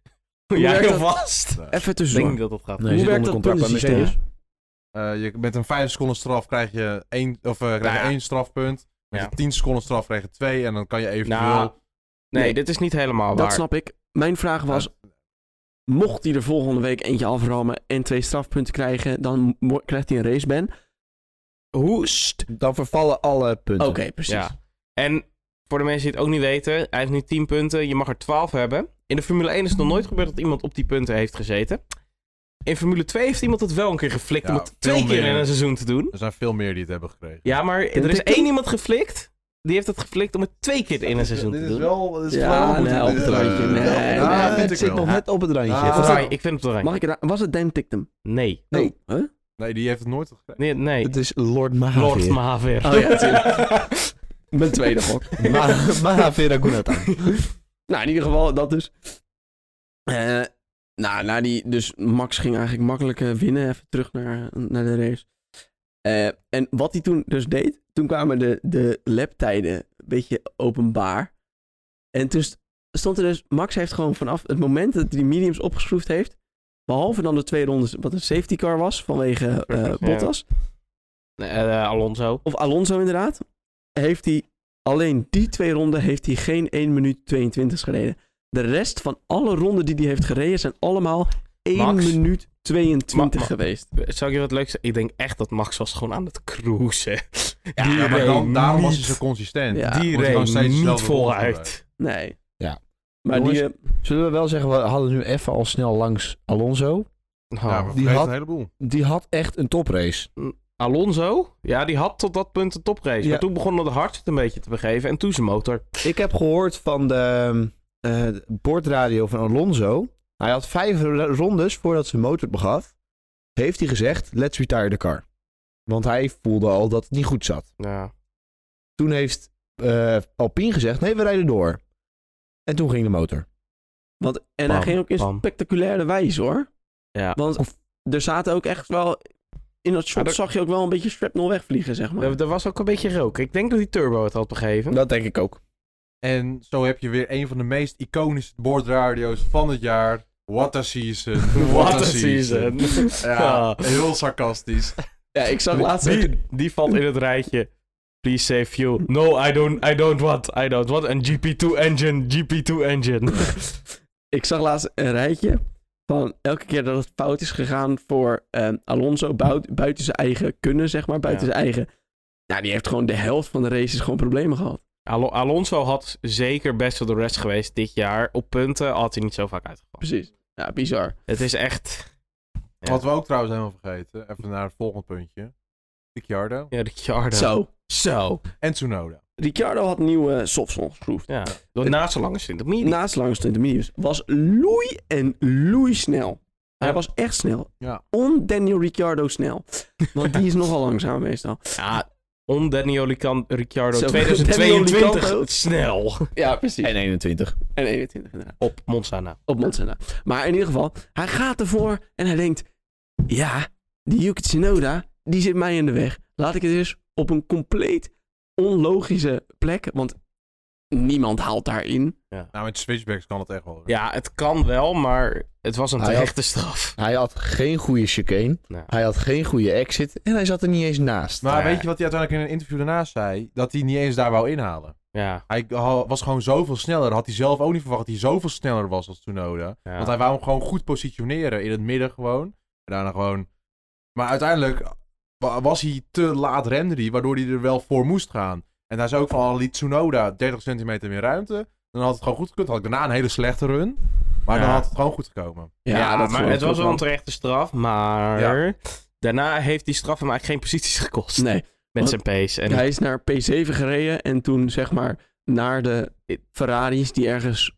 S1: Hoe
S3: Ja,
S1: werkt
S3: heel
S1: dat-
S3: vast.
S1: Even
S3: Ik
S1: tussendoor.
S3: denk dat dat gaat.
S4: Nee,
S1: Hoe
S4: zit
S1: werkt
S4: onder
S1: dat
S4: contract bij
S1: puntensysteem?
S4: Mercedes.
S2: Eh, je, met een 5 seconden straf krijg je 1 of, eh, krijg
S3: Nou ja.
S2: je één strafpunt. Met
S3: Ja.
S2: een 10 seconden straf krijg je 2. En dan kan je eventueel.
S3: Nou, nee,
S1: Nee.
S3: dit is niet helemaal waar.
S1: Dat snap ik. Mijn vraag was, mocht hij er volgende week eentje aframmen en twee strafpunten krijgen, dan mo- krijgt hij een raceban.
S3: Hoe st...
S4: Dan vervallen alle punten.
S1: Oké, precies.
S3: Ja. En voor de mensen die het ook niet weten, hij heeft nu 10 punten. Je mag er 12 hebben. In de Formule 1 is het nog nooit gebeurd dat iemand op die punten heeft gezeten. In Formule 2 heeft iemand het wel een keer geflikt om
S2: Ja,
S3: het twee
S2: veel
S3: keer
S2: meer.
S3: in een seizoen te doen.
S2: Er zijn veel meer die het hebben gekregen.
S3: Ja, maar er is één iemand geflikt. Die heeft het geflikt om het twee keer in een seizoen te
S2: Dit is
S3: doen.
S2: wel. Dit is
S1: Ja,
S2: flauw,
S1: nee,
S2: moet-
S1: op het
S2: eh,
S1: randje. Nee,
S2: ja,
S1: nee,
S2: ja,
S1: nee,
S2: vind
S4: het
S2: ik
S4: zit
S2: wel.
S4: nog net op het randje.
S2: Ah.
S3: Op het
S2: Ah.
S3: randje. Ik vind het op het
S1: Mag
S3: randje.
S1: ik eraan- Was het Dan Tictum?
S3: Nee.
S1: Oh,
S4: Nee.
S1: huh?
S2: Nee, die heeft het Ah, nooit gekregen.
S3: Nee, nee.
S4: Het is Lord Mahavir.
S3: Lord
S4: <laughs>
S3: Mahavir.
S1: Oh ja,
S3: <laughs>
S1: natuurlijk. Mijn tweede gok.
S2: <laughs>
S4: Ma- Mahavir Raghunathan.
S1: Nou, in ieder geval, dat dus. Eh, nou, na die, dus Max ging eigenlijk makkelijk eh, winnen. Even terug naar, naar de race. Eh, en wat hij toen dus deed, toen kwamen de, de laptijden een beetje openbaar. En toen st- stond er dus, Max heeft gewoon vanaf het moment dat hij die mediums opgeschroefd heeft, behalve dan de twee rondes, wat een safety car was vanwege eh,
S3: Ja.
S1: Bottas,
S3: Eh, eh, Alonso.
S1: of Alonso inderdaad, heeft hij alleen die twee ronden heeft hij geen 1 minuut 22 gereden. De rest van alle ronden die hij heeft gereden zijn allemaal 1
S3: Max?
S1: minuut 22
S3: Ma- ma-
S1: geweest.
S3: Zou ik je wat leuks zeggen? Ik denk echt dat Max was gewoon aan het cruisen. Ja,
S2: Ja, maar dan, daarom was hij zo consistent.
S1: Ja.
S3: Die
S2: Wordt gewoon
S3: reed
S2: steeds
S3: niet
S2: dezelfde
S3: vooruit.
S1: Nee.
S4: Ja.
S1: Maar die, eh,
S4: Jongens, Zullen we wel zeggen, we hadden nu even al snel langs Alonso.
S2: Ja,
S3: Oh.
S2: maar
S4: Die
S2: die had
S4: had-
S2: een heleboel.
S4: Die had echt een toprace.
S3: Alonso, ja, die had tot dat punt een toprace.
S4: Ja.
S3: Maar toen begon het hart het een beetje te begeven. En toen zijn motor.
S4: Ik heb gehoord van de eh, bordradio van Alonso. Hij had vijf ro- rondes voordat zijn motor het begaf. Heeft hij gezegd, let's retire the car. Want hij voelde al dat het niet goed zat.
S3: Ja.
S4: Toen heeft eh, Alpine gezegd, nee, we rijden door. En toen ging de motor.
S1: want, en
S3: Bam,
S1: hij ging ook in
S3: bam.
S1: spectaculaire wijze hoor.
S3: Ja.
S1: Want er zaten ook echt wel... In dat shot
S3: Ja, er-
S1: zag je ook wel een beetje shrapnel wegvliegen, zeg maar.
S3: Er, er was ook een beetje rook. Ik denk dat die turbo het had begeven.
S4: Dat denk ik ook.
S2: En zo heb je weer een van de meest iconische boordradio's van het jaar. What a season.
S3: <laughs> <laughs> What a season.
S2: Ja, heel sarcastisch.
S1: Ja, ik zag laatst... ook-
S3: Die, die valt in het rijtje. Please save fuel. No, I don't, I don't want. I don't want. Een GP2 engine. GP2 engine.
S1: <laughs> Ik zag laatst een rijtje van elke keer dat het fout is gegaan voor ehm, Alonso bou- buiten zijn eigen kunnen, zeg maar, buiten
S3: Ja.
S1: zijn eigen. Nou, die heeft gewoon de helft van de races gewoon problemen gehad.
S3: Alo- Alonso had zeker best wel de rest geweest dit jaar. Op punten had hij niet zo vaak uitgevallen.
S1: Precies. Ja, bizar.
S3: Het is echt... Ja.
S2: Wat we ook trouwens helemaal vergeten. Even naar het volgende puntje. Ricciardo.
S3: Ja, Ricciardo.
S1: Zo.
S3: Zo.
S2: En Tsunoda.
S1: Ricciardo had nieuwe softsoft groove.
S3: Ja. Door naast zo lang is 20 minuten.
S1: Naast langs 20 meters was loei en loei snel. Hij
S3: Ja.
S1: was echt snel.
S2: Ja.
S1: On Daniel Ricciardo snel. Want die is <laughs> nogal langzaam meestal.
S3: Ja, om Daniel Rican- Ricciardo
S1: Zo,
S3: 2022.
S1: Daniel Ricciardo.
S3: Snel.
S1: Ja, precies. En,
S4: En 21.
S1: 21 inderdaad.
S3: Op Monsana.
S1: Op Monsanto. Maar in ieder geval, hij gaat ervoor en hij denkt... Ja, die Yuki Tsunoda, die zit mij in de weg. Laat ik het eens op een compleet onlogische plek... Want niemand haalt daarin.
S2: Nou, met switchbacks kan het echt wel.
S3: Ja, het kan wel, maar het was een
S4: Hij had-
S3: terechte straf.
S4: Hij had geen goede chicane.
S3: Nou.
S4: Hij had geen goede exit. En hij zat er niet eens naast.
S2: Maar
S3: Ja.
S2: weet je wat hij uiteindelijk in een interview daarna zei? Dat hij niet eens daar wou inhalen.
S3: Ja,
S2: Hij ha- was gewoon zoveel sneller. Had hij zelf ook niet verwacht dat hij zoveel sneller was als Tsunoda.
S3: Ja.
S2: Want hij wou hem gewoon goed positioneren. In het midden gewoon. En daarna gewoon... Maar uiteindelijk wa- was hij te laat remde hij, waardoor hij er wel voor moest gaan. En hij zei ook van, al liet Tsunoda 30 centimeter meer ruimte. Dan had het gewoon goed gekund. Had ik daarna een hele slechte run. Maar dan
S3: Ja.
S2: had het gewoon goed gekomen.
S3: ja, maar
S1: geloof
S3: het
S1: ik
S3: was
S1: ook
S3: wel een terechte straf, maar... Daarna heeft die straf hem eigenlijk geen posities gekost.
S1: Nee,
S3: Met zijn pace. En
S1: hij is naar P7 gereden en toen zeg maar naar de Ferraris die ergens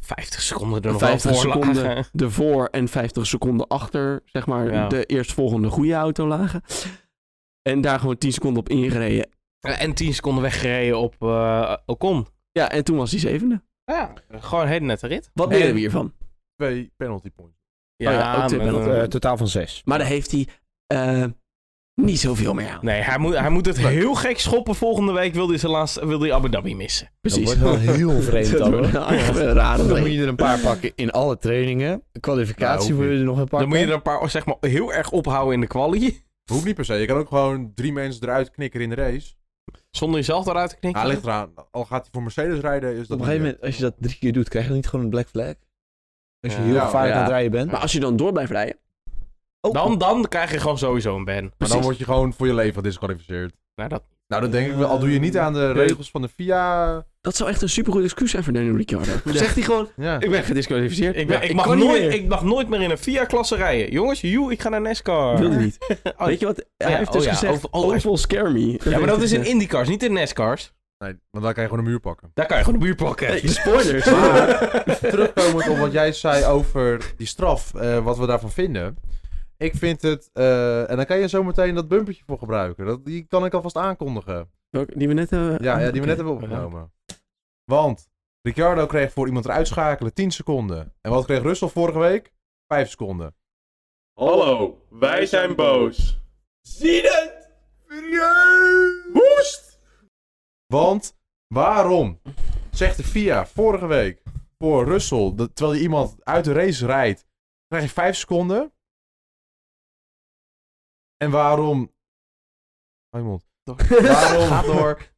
S3: 50 seconden er nog
S1: 50
S3: wel voor lagen.
S1: seconden ervoor en 50 seconden achter zeg maar
S3: Ja.
S1: de eerstvolgende goede auto lagen. En daar gewoon 10 seconden op ingereden.
S3: En 10 seconden weggereden op eh Ocon.
S1: Ja, en toen was hij zevende.
S3: Ja, gewoon een hele nette rit.
S1: Wat
S2: En-
S1: leren we hiervan?
S2: Twee penalty points.
S1: Oh ja, ook twee
S3: maar-
S1: penalty.
S4: Eh, totaal van 6.
S1: Maar daar heeft hij eh, niet zoveel meer aan.
S3: Nee, hij moet, hij moet het heel gek schoppen. Volgende week wil hij, zijn laatste, wil hij Abu Dhabi missen.
S1: Precies.
S4: Dat
S3: <laughs>
S4: wordt wel heel vreemd
S1: Dat
S4: dan.
S1: wordt <laughs>
S4: hoor.
S1: wel echt een rare
S4: <laughs> Ah, Dan moet
S1: week.
S4: je er een paar pakken in alle trainingen. De kwalificatie
S2: Nou,
S4: moet je er nog een paar
S3: Dan moet je er een paar zeg maar, heel erg ophouden in de quali.
S2: Hoeft niet per se. Je kan ook gewoon drie mensen eruit knikken in de race.
S3: Zonder jezelf eruit te knikken.
S2: Hij ligt eraan. Al gaat hij voor Mercedes rijden, is dat
S4: Op een gegeven
S2: niet
S4: moment, als je dat drie keer doet, krijg je niet gewoon een black flag? Als je
S3: Ja.
S4: heel
S2: Ja,
S4: gevaarlijk
S1: ja.
S4: aan het rijden bent.
S1: Maar als je dan door blijft rijden.
S3: dan, dan krijg je gewoon sowieso een ban.
S2: Maar
S1: Precies.
S2: dan word je gewoon voor je leven gedisqualificeerd.
S3: Nou, dat,
S2: Nou, dat denk ik wel. Al doe je niet aan de regels van de FIA.
S1: Dat zou echt een supergoed excuus zijn voor Daniel Ricciardo.
S4: <laughs>
S1: Zegt hij gewoon,
S2: Ja.
S1: ik ben gedisqualificeerd.
S3: ik, ben-
S1: Ja,
S3: ik, mag
S1: kan niet meer.
S3: nooit, ik mag nooit meer in een VIA-klasse rijden. Jongens, joe, ik ga naar E NASCAR.
S1: Wilde niet. Weet je wat? Hij
S3: ja,
S1: heeft
S3: <laughs> oh
S1: dus
S3: ja,
S1: gezegd,
S3: over- oh, hij-
S1: Oval Scare Me.
S3: ja, maar
S1: heeft
S3: dat
S1: hij
S3: is in
S1: <laughs>
S3: <laughs>
S1: gezegd.
S3: IndyCars, niet in E NASCARs.
S2: Nee, want dan kan je gewoon een muur pakken.
S3: Daar kan je gewoon de buur plakken.
S1: Hey, <laughs> spoilers.
S3: <laughs>
S2: Maar <laughs> terugkomend op wat jij zei over die straf, eh, wat we daarvan vinden. Ik vind het, eh, en dan kan je zo meteen dat bumpertje voor gebruiken. Dat, die kan ik alvast aankondigen.
S1: Welke- Die we net hebben...
S2: Ja, ja die we net
S1: Oké.
S2: hebben opgenomen. Want Ricciardo kreeg voor iemand eruit schakelen 10 seconden. En wat kreeg Russell vorige week? 5 seconden.
S5: Hallo, wij zijn boos. Zie het! Woest!
S2: Want waarom zegt de FIA vorige week voor Russell, dat, terwijl hij iemand uit de race rijdt, krijg je 5 seconden? En waarom. Hou je mond. Waarom door.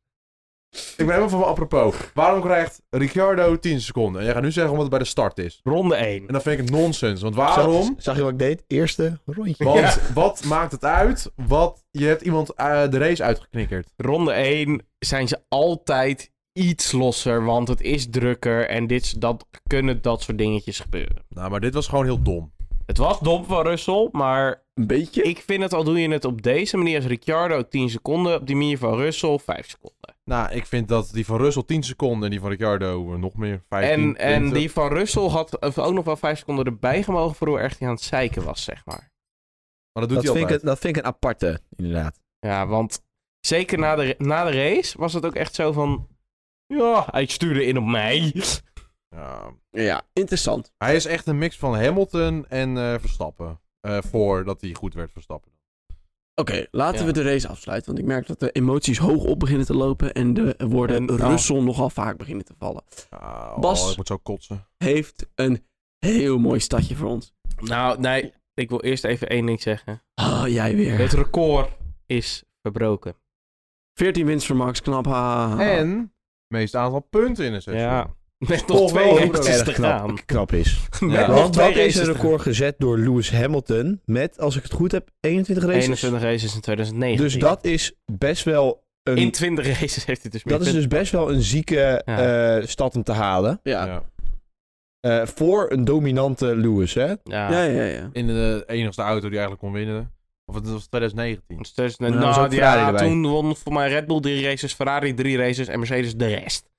S2: Ik ben helemaal van mijn apropos. Waarom krijgt Ricciardo 10 seconden? En jij gaat nu zeggen omdat het bij de start is.
S3: Ronde 1.
S2: En dat vind ik nonsens. Want waarom?
S4: Zag, zag je wat ik deed? Eerste rondje.
S2: Want wat maakt het uit? Wat, je hebt iemand eh, de race uitgeknikkerd.
S3: Ronde 1 zijn ze altijd iets losser, want het is drukker en dit, dat, kunnen dat soort dingetjes gebeuren.
S2: Nou, maar dit was gewoon heel dom.
S3: Het was dom van Russell, maar
S1: Een beetje.
S3: ik vind het al doe je het op deze manier als Ricciardo 10 seconden, op die manier van Russell 5 seconden.
S2: Nou, ik vind dat die van Russell 10 seconden en die van Ricciardo eh, nog meer. 15,
S3: En, en
S2: 20.
S3: die van Russell had eh, ook nog wel 5 seconden erbij gemogen voor hoe erg hij aan het zeiken was, zeg maar.
S2: Maar dat doet
S4: Dat
S2: hij
S4: vind, ik,
S2: altijd.
S4: een- dat vind ik een aparte, inderdaad.
S3: Ja, want zeker na de, na de race was het ook echt zo van, ja, hij stuurde in op mij.
S2: Ja.
S1: Ja, interessant.
S2: Hij is echt een mix van Hamilton en eh Verstappen. Eh voordat hij goed werd Verstappen.
S1: Oké, laten
S3: Ja.
S1: we de race afsluiten. Want ik merk dat de emoties hoog op beginnen te lopen. En de woorden
S3: En- oh.
S1: Russell nogal vaak beginnen te vallen.
S2: Ah,
S1: Bas.
S2: Oh, ik moet zo kotsen.
S1: Heeft een heel mooi stadje voor ons.
S3: Nou, nee, ik wil eerst even één ding zeggen.
S1: Oh, jij weer.
S3: Het record is verbroken. <laughs>
S1: 14 winst voor Max, knap. ha, ha, ha.
S2: En het meeste aantal punten in een seizoen.
S3: Ja. Met
S2: Toch
S4: Oh,
S3: nog twee
S2: wel
S3: races
S4: erg
S3: te
S4: knap,
S3: gaan.
S4: knap is.
S3: Met nog
S4: Want
S3: twee
S4: dat is
S3: races
S4: een
S3: te gaan.
S4: record gezet door Lewis Hamilton met, als ik het goed heb, 21 races.
S3: 21 races in 2019.
S4: Dus dat is best wel een...
S3: In 20 races heeft hij dus meer
S4: dat is
S3: punten.
S4: dus best wel een zieke
S3: Ja.
S4: eh, stad om te halen.
S1: Ja.
S2: Ja.
S4: Eh, voor een dominante Lewis, hè?
S3: Ja.
S1: Ja, ja, ja.
S2: In de enigste auto die eigenlijk kon winnen. Of het was 2019.
S3: Dus dus-
S4: dan
S3: nou,
S4: was ook
S3: ja,
S4: Ferrari erbij.
S3: toen won voor mij Red Bull drie races, Ferrari drie races en Mercedes de rest.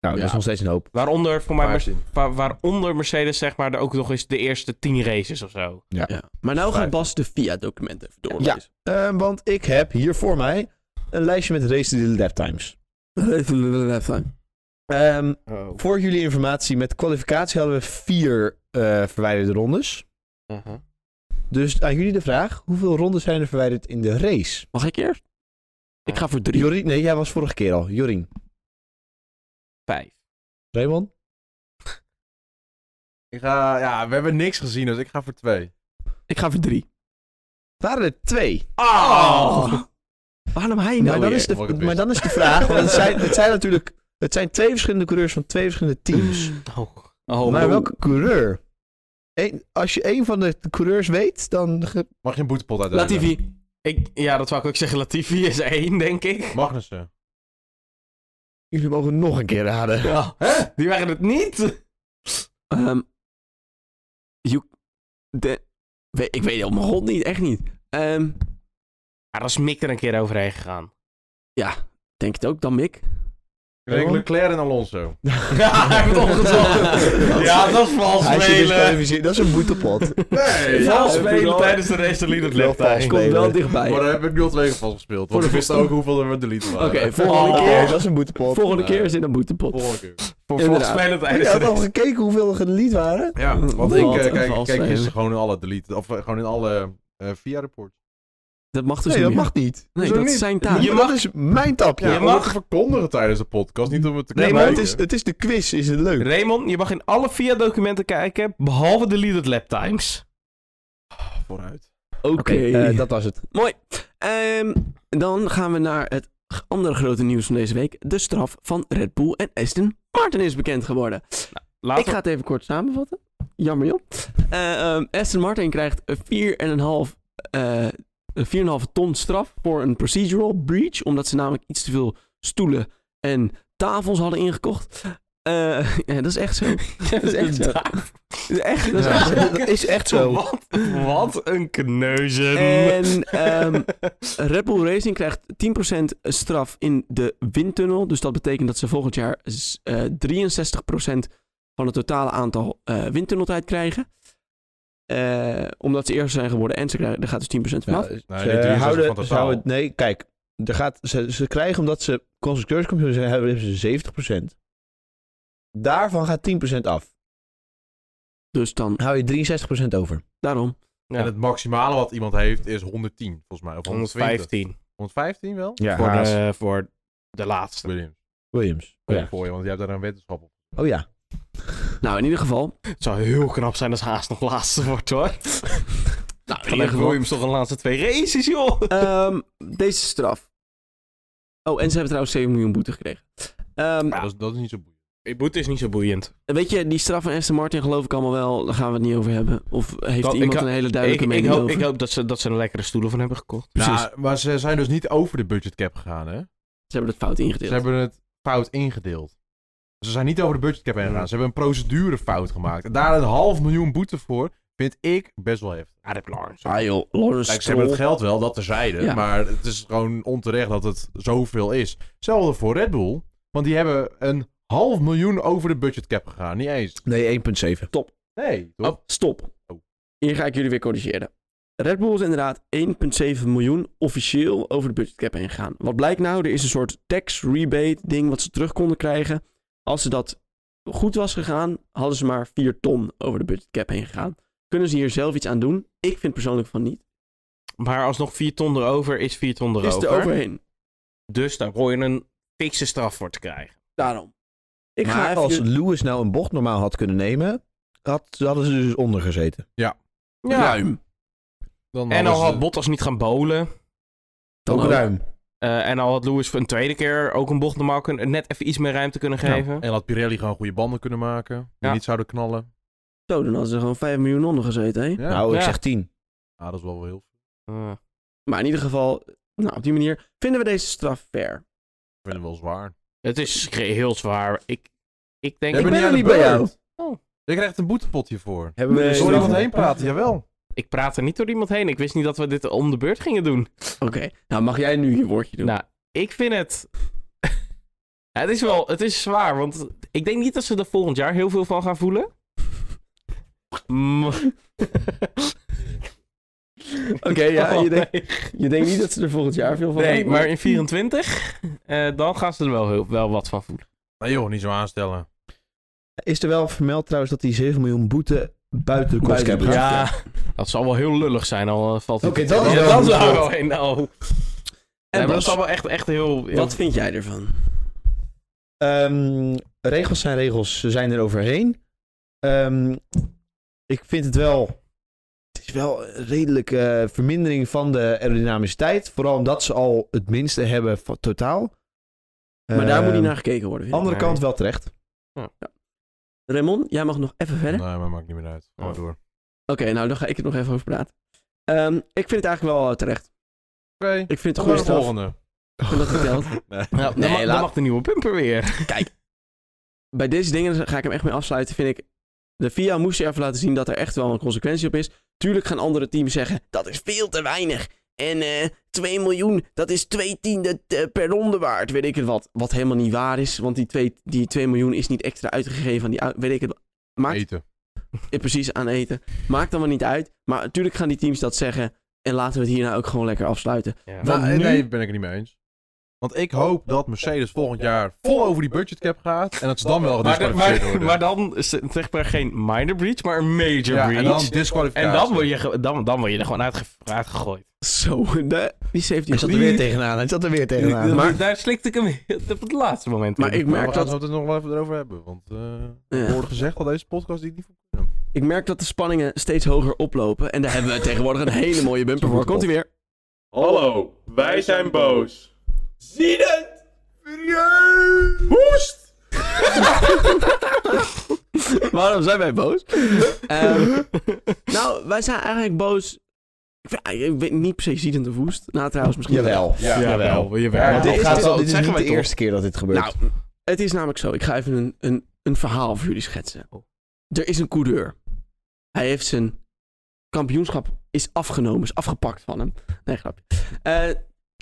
S4: Nou, dat
S1: Ja.
S4: is nog steeds een hoop.
S3: Waaronder voor mij Mer-
S2: 15.
S3: waar- waaronder Mercedes zeg maar de- ook nog eens de eerste tien races of zo.
S1: Ja. Maar nou gaat Bas de FIA-documenten even doorlezen.
S4: Eh, want ik heb hier voor mij een lijstje met races in de lap times.
S1: Even
S4: Ehm, voor jullie informatie, met kwalificatie hadden we vier eh, verwijderde rondes.
S3: Uh-huh.
S4: Dus aan jullie de vraag, hoeveel rondes zijn er verwijderd in de race?
S1: Mag ik eerst? Ik ga voor drie.
S4: Jorien, nee, jij was vorige keer al. Jorien.
S3: Vijf.
S4: Raymond?
S2: Ik ga, ja, we hebben niks gezien, dus ik ga voor twee.
S1: Ik ga voor drie.
S4: Waren er twee?
S1: Oh! Waarom hij
S4: maar,
S1: nou
S4: dan
S1: weer?
S4: is
S2: omdat ik
S4: de,
S2: het
S4: maar
S2: wist.
S4: dan is de vraag, want het zijn, het zijn natuurlijk het zijn twee verschillende coureurs van twee verschillende teams.
S3: Oh. Oh.
S4: dus. maar welke coureur? Eén- als je één van de coureurs weet, dan... ge-
S2: Mag je een boetepot uit?
S1: Latifi.
S3: Ik, ja, dat wou ik ook zeggen. Latifi is één, denk ik.
S2: Magnussen.
S4: Jullie mogen nog een keer raden.
S3: Ja. Die waren het niet.
S1: Ehm you, de, we- ik weet het op mijn god niet, echt niet. Ehm,
S3: Ja, dat is Mick er een keer overheen gegaan.
S1: ja, denk het ook dan Mick.
S2: Ik denk Leclerc en Alonso.
S3: Ja, hij heeft
S2: <laughs>
S3: opgezocht. ja, dat is vals
S4: Hij zit dus
S3: spelen.
S4: kwalificeerd. Dat is een boetepot.
S2: Nee!
S3: Vals
S1: Ja,
S3: spelen
S1: wel-
S3: tijdens de race de lead
S4: Wel
S3: left
S2: eh,
S4: vals.
S3: eigenlijk.
S1: Komt wel
S4: Spelen.
S1: dichtbij.
S2: Maar
S1: Oké,
S2: daar heb ik 0-2 geval gespeeld. Want
S1: de
S2: ik wist ook hoeveel er met delete waren.
S1: volgende,
S3: Oh.
S4: Nee,
S1: keer,
S4: dat is een boetepot.
S1: volgende keer is in een boetepot.
S2: Volgende keer.
S3: Voor vals
S1: Inderdaad.
S3: spelen
S4: Ik
S3: tijdens de
S4: had al <laughs>
S3: race.
S4: gekeken hoeveel er gelied waren.
S2: Ja, want
S1: Wat
S2: ik
S1: een
S2: eh, kijk,
S1: vals
S2: kijk
S1: zijn.
S2: gisteren gewoon in alle delete. Of eh, gewoon in alle eh via-reports.
S1: Dat mag dus
S4: Nee, dat
S1: niet meer.
S4: mag niet.
S1: Nee,
S2: Zo
S1: dat
S2: niet.
S1: is zijn taak.
S3: Je
S4: Je
S3: mag-
S4: mag... Dat is mijn tapje.
S2: Ja,
S3: Je
S2: je
S3: mag-
S2: mag te verkondigen tijdens de podcast, niet om het te
S4: Nee, maar
S2: kijken.
S4: het is, het is de quiz, is het leuk.
S3: Raymond, je mag in alle vier documenten kijken, behalve de leaded lap times.
S2: vooruit.
S1: Oké,
S4: eh, dat was het.
S1: mooi. Ehm, dan gaan we naar het g- andere grote nieuws van deze week. De straf van Red Bull en Aston Martin is bekend geworden.
S3: Laten
S1: Ik ga het even kort samenvatten. Jammer joh. Eh, ehm, Aston Martin krijgt een 4,5 eh, een 4,5 ton straf voor een procedural breach. Omdat ze namelijk iets te veel stoelen en tafels hadden ingekocht. Eh, <laughs> ja, dat is echt zo. <laughs> Dat is echt zo. Dat is echt, dat <laughs> is echt zo.
S4: Dat is echt
S3: <laughs>
S4: zo.
S3: Wat, wat een kneuzen.
S1: En <laughs> ehm, Red Bull Racing krijgt 10% straf in de windtunnel. Dus dat betekent dat ze volgend jaar s- eh, 63% van het totale aantal eh windtunneltijd krijgen. Eh, omdat ze eerst zijn geworden en ze krijgen, er gaat dus 10% vanaf.
S4: Ja,
S2: Nee,
S4: ze
S2: die 63
S4: houden-
S2: van
S4: ze
S2: totaal.
S4: houden- nee, kijk. Er gaat, ze, ze krijgen omdat ze constructeurscomputer zijn, hebben ze 70%. Daarvan gaat 10% af.
S1: Dus dan,
S4: Dan hou je 63% over.
S1: daarom.
S3: Ja.
S2: En het maximale wat iemand heeft is 110, volgens mij. Of 120.
S3: 115
S2: 115 wel?
S4: Ja,
S3: voor de, voor de laatste.
S2: Williams.
S4: Williams. Oh ja.
S2: Voor je, want jij hebt daar een wetenschap op.
S4: Oh ja.
S1: Nou, in ieder geval.
S3: Het zou heel knap zijn als Haas nog laatste wordt <laughs> hoor.
S1: Nou, in
S3: Dan
S1: ieder
S3: heeft
S1: geval.
S3: Williams toch een laatste twee races joh.
S1: Ehm, deze straf. Oh, en ze hebben trouwens 7 miljoen boete gekregen. Ehm,
S2: Dat, is, dat is niet zo boeiend.
S3: Die boete is niet zo boeiend.
S1: Weet je, die straf van Aston Martin geloof ik allemaal wel. Daar gaan we het niet over hebben. Of heeft
S3: Ik-
S1: iemand
S3: ik-
S1: een hele
S3: Ik,
S1: duidelijke
S3: ik,
S1: mening
S3: hoop,
S1: over?
S3: ik hoop dat ze, dat ze er lekkere stoelen van hebben gekocht.
S1: Precies.
S2: Nou, maar ze zijn dus niet over de budgetcap gegaan, hè?
S1: Ze hebben het fout ingedeeld.
S2: Ze hebben het fout ingedeeld. Ze zijn niet over de budgetcap heen gegaan. Ze hebben een procedurefout gemaakt. En daar een half miljoen boete voor vind ik best wel heftig.
S3: Ja, dat heb Lawrence.
S1: Ah joh, Lawrence
S2: Kijk, ze
S1: Stroll.
S2: hebben het geld wel, dat terzijde.
S1: Ja.
S2: Maar het is gewoon onterecht dat het zoveel is. Hetzelfde voor Red Bull. Want die hebben een half miljoen over de budgetcap gegaan. Niet eens.
S4: Nee, 1,7.
S2: Nee, toch?
S1: Oh, stop.
S2: Oh.
S1: Hier ga ik jullie weer corrigeren. Red Bull is inderdaad 1,7 miljoen officieel over de budgetcap heen gegaan. Wat blijkt nou? Er is een soort tax rebate ding wat ze terug konden krijgen. Als ze dat goed was gegaan, hadden ze maar 4 ton over de budgetcap heen gegaan. Kunnen ze hier zelf iets aan doen? Ik vind persoonlijk van niet.
S3: Maar alsnog 4 ton erover is 4 ton
S1: Is
S3: erover.
S1: er overheen.
S3: Dus daar hoor je een fikse straf voor te krijgen.
S1: Daarom. Ik ga
S4: Maar
S1: even...
S4: als Lewis nou een bocht normaal had kunnen nemen, had, hadden ze dus onder gezeten.
S1: Ruim.
S2: Dan
S3: En
S2: hadden
S3: al
S2: ze-
S3: had Bottas niet gaan bowlen.
S1: Dan
S4: Ook
S1: ook.
S4: ruim.
S3: eh, en al had Lewis voor een tweede keer ook een bocht normaal kunnen, net even iets meer ruimte kunnen
S2: Ja.
S3: geven.
S2: En had Pirelli gewoon goede banden kunnen maken. Die
S3: Ja.
S2: niet zouden knallen.
S1: Zo, dan hadden ze gewoon 5 miljoen onder gezeten, hè?
S2: Ja.
S4: Nou, ik
S3: Ja.
S4: zeg 10.
S2: Ah, dat is wel wel heel veel.
S3: Eh,
S1: Maar in ieder geval, nou, op die manier vinden we deze straf fair.
S2: Ik vind het wel zwaar.
S3: het is ge- heel zwaar. Ik, ik denk...
S2: Jij
S1: ben
S2: bent
S1: er
S2: aan
S1: niet
S2: de
S1: bij
S2: beurt.
S1: jou.
S2: Je krijgt een boetepot hiervoor.
S4: Hebben we
S1: Nee,
S4: dus
S2: Door
S1: Sorry.
S2: iemand heen praten, jawel.
S3: Ik praat er niet door iemand heen. Ik wist niet dat we dit om de beurt gingen doen.
S1: Oké, nou mag jij nu je woordje doen?
S3: Nou, ik vind het... <laughs> Ja, het is wel... Het is zwaar, want ik denk niet dat ze er volgend jaar heel veel van gaan voelen. Mm.
S1: Oké, ja,
S3: Oh, <laughs>
S1: je, denkt,
S3: nee.
S1: je denkt niet dat ze er volgend jaar veel van
S3: Nee,
S1: hebben,
S3: maar in 24, eh, dan gaan ze er wel, heel, wel wat van voelen.
S2: Nee joh, niet zo aanstellen.
S4: Is er wel vermeld trouwens dat die 7 miljoen boete buiten de kostcap
S1: Buiten
S4: gaat?
S1: de-
S3: Ja, dat zal wel heel lullig zijn, al eh, valt het-
S4: Oké, dat is
S3: Ja,
S4: wel
S3: dat
S4: goed
S3: zou
S4: punt.
S3: wel een- nou.
S1: En
S3: Nee, maar dat
S1: Bas,
S3: zal wel echt, echt heel... heel-
S1: wat vind jij ervan?
S4: Ehm, regels zijn regels, ze zijn er overheen. Ehm, ik vind het wel. Het is wel een redelijke eh, vermindering van de aerodynamiciteit. Vooral omdat ze al het minste hebben van- totaal.
S1: Maar daar moet niet
S4: Ehm,
S1: naar gekeken worden. vind ik.
S4: Andere
S3: Nee.
S4: kant wel terecht.
S1: Raymond, jij mag nog even verder.
S2: Nee, maar maakt niet meer uit. Ga maar
S3: Oh.
S2: door. Oké.
S1: Oké, nou dan ga ik het nog even over praten. Ehm, ik vind het eigenlijk wel eh, terecht. Ik vind het een goede
S2: Dan maar de
S1: straf.
S2: volgende.
S1: Ik vind dat het telt.
S2: <laughs>
S3: Nou, dan,
S1: Nee,
S3: mag, dan
S1: laat-
S3: mag de nieuwe pumper weer.
S1: bij deze dingen ga ik hem echt mee afsluiten, vind ik. De FIA moest je even laten zien dat er echt wel een consequentie op is. Tuurlijk gaan andere teams zeggen, dat is veel te weinig. En eh 2 miljoen, dat is 2 tiende eh, per ronde waard, weet ik het wat. Wat helemaal niet waar is, want die 2, die 2 miljoen is niet extra uitgegeven aan die, au- weet ik het wat. Maakt
S2: Eten.
S1: eh, precies aan eten. Maakt dan maar niet uit. Maar natuurlijk gaan die teams dat zeggen. En laten we het hierna ook gewoon lekker afsluiten.
S2: Want
S1: nu-
S2: Nee, ben ik het niet mee eens. Want ik hoop dat Mercedes volgend jaar vol over die budgetcap gaat. En dat ze dan wel
S3: Maar, de-
S2: gedisqualificeerd
S3: maar,
S2: worden.
S3: maar dan is het zeg maar geen minor breach, maar een major
S2: ja, en dan
S3: breach.
S2: disqualificatie.
S3: En dan word je, ge- dan, dan word je er gewoon uitge, uitgegooid.
S1: Zo, de, die safety
S4: Hij zat er
S1: car.
S4: weer tegenaan. Hij zat er weer tegenaan.
S1: Maar-
S3: Maar Dus daar slikte ik hem op het laatste moment
S1: Maar
S3: <laughs> in.
S1: ik
S2: Maar
S1: merk
S2: we gaan
S1: dat
S2: het zo meteen nog wel even erover hebben. Want eh
S1: Ja.
S2: er wordt gezegd dat deze podcast die ik niet
S1: Ik merk dat de spanningen steeds hoger oplopen. En daar hebben we tegenwoordig een hele mooie bumper voor. Komt ie weer.
S5: Hallo, wij zijn boos. Zie het! Hoest!
S3: <laughs>
S1: Waarom zijn wij boos? Ehm, nou, wij zijn eigenlijk boos. Ik weet- Ik weet niet per se ziedend of woest. Nou, trouwens misschien
S4: Jawel.
S2: Ja,
S3: jawel. jawel.
S4: Want dit,
S1: dit
S4: gaat
S1: is-
S4: wel-
S1: dat
S4: dit is
S3: zeggen
S4: niet
S3: wij
S4: de
S3: toch?
S4: eerste keer dat dit gebeurt.
S1: Nou, het is namelijk zo. Ik ga even een, een, een verhaal voor jullie schetsen.
S3: Oh.
S1: Er is een coureur. Hij heeft zijn kampioenschap is afgenomen, is afgepakt van hem. Nee, grapje. Eh,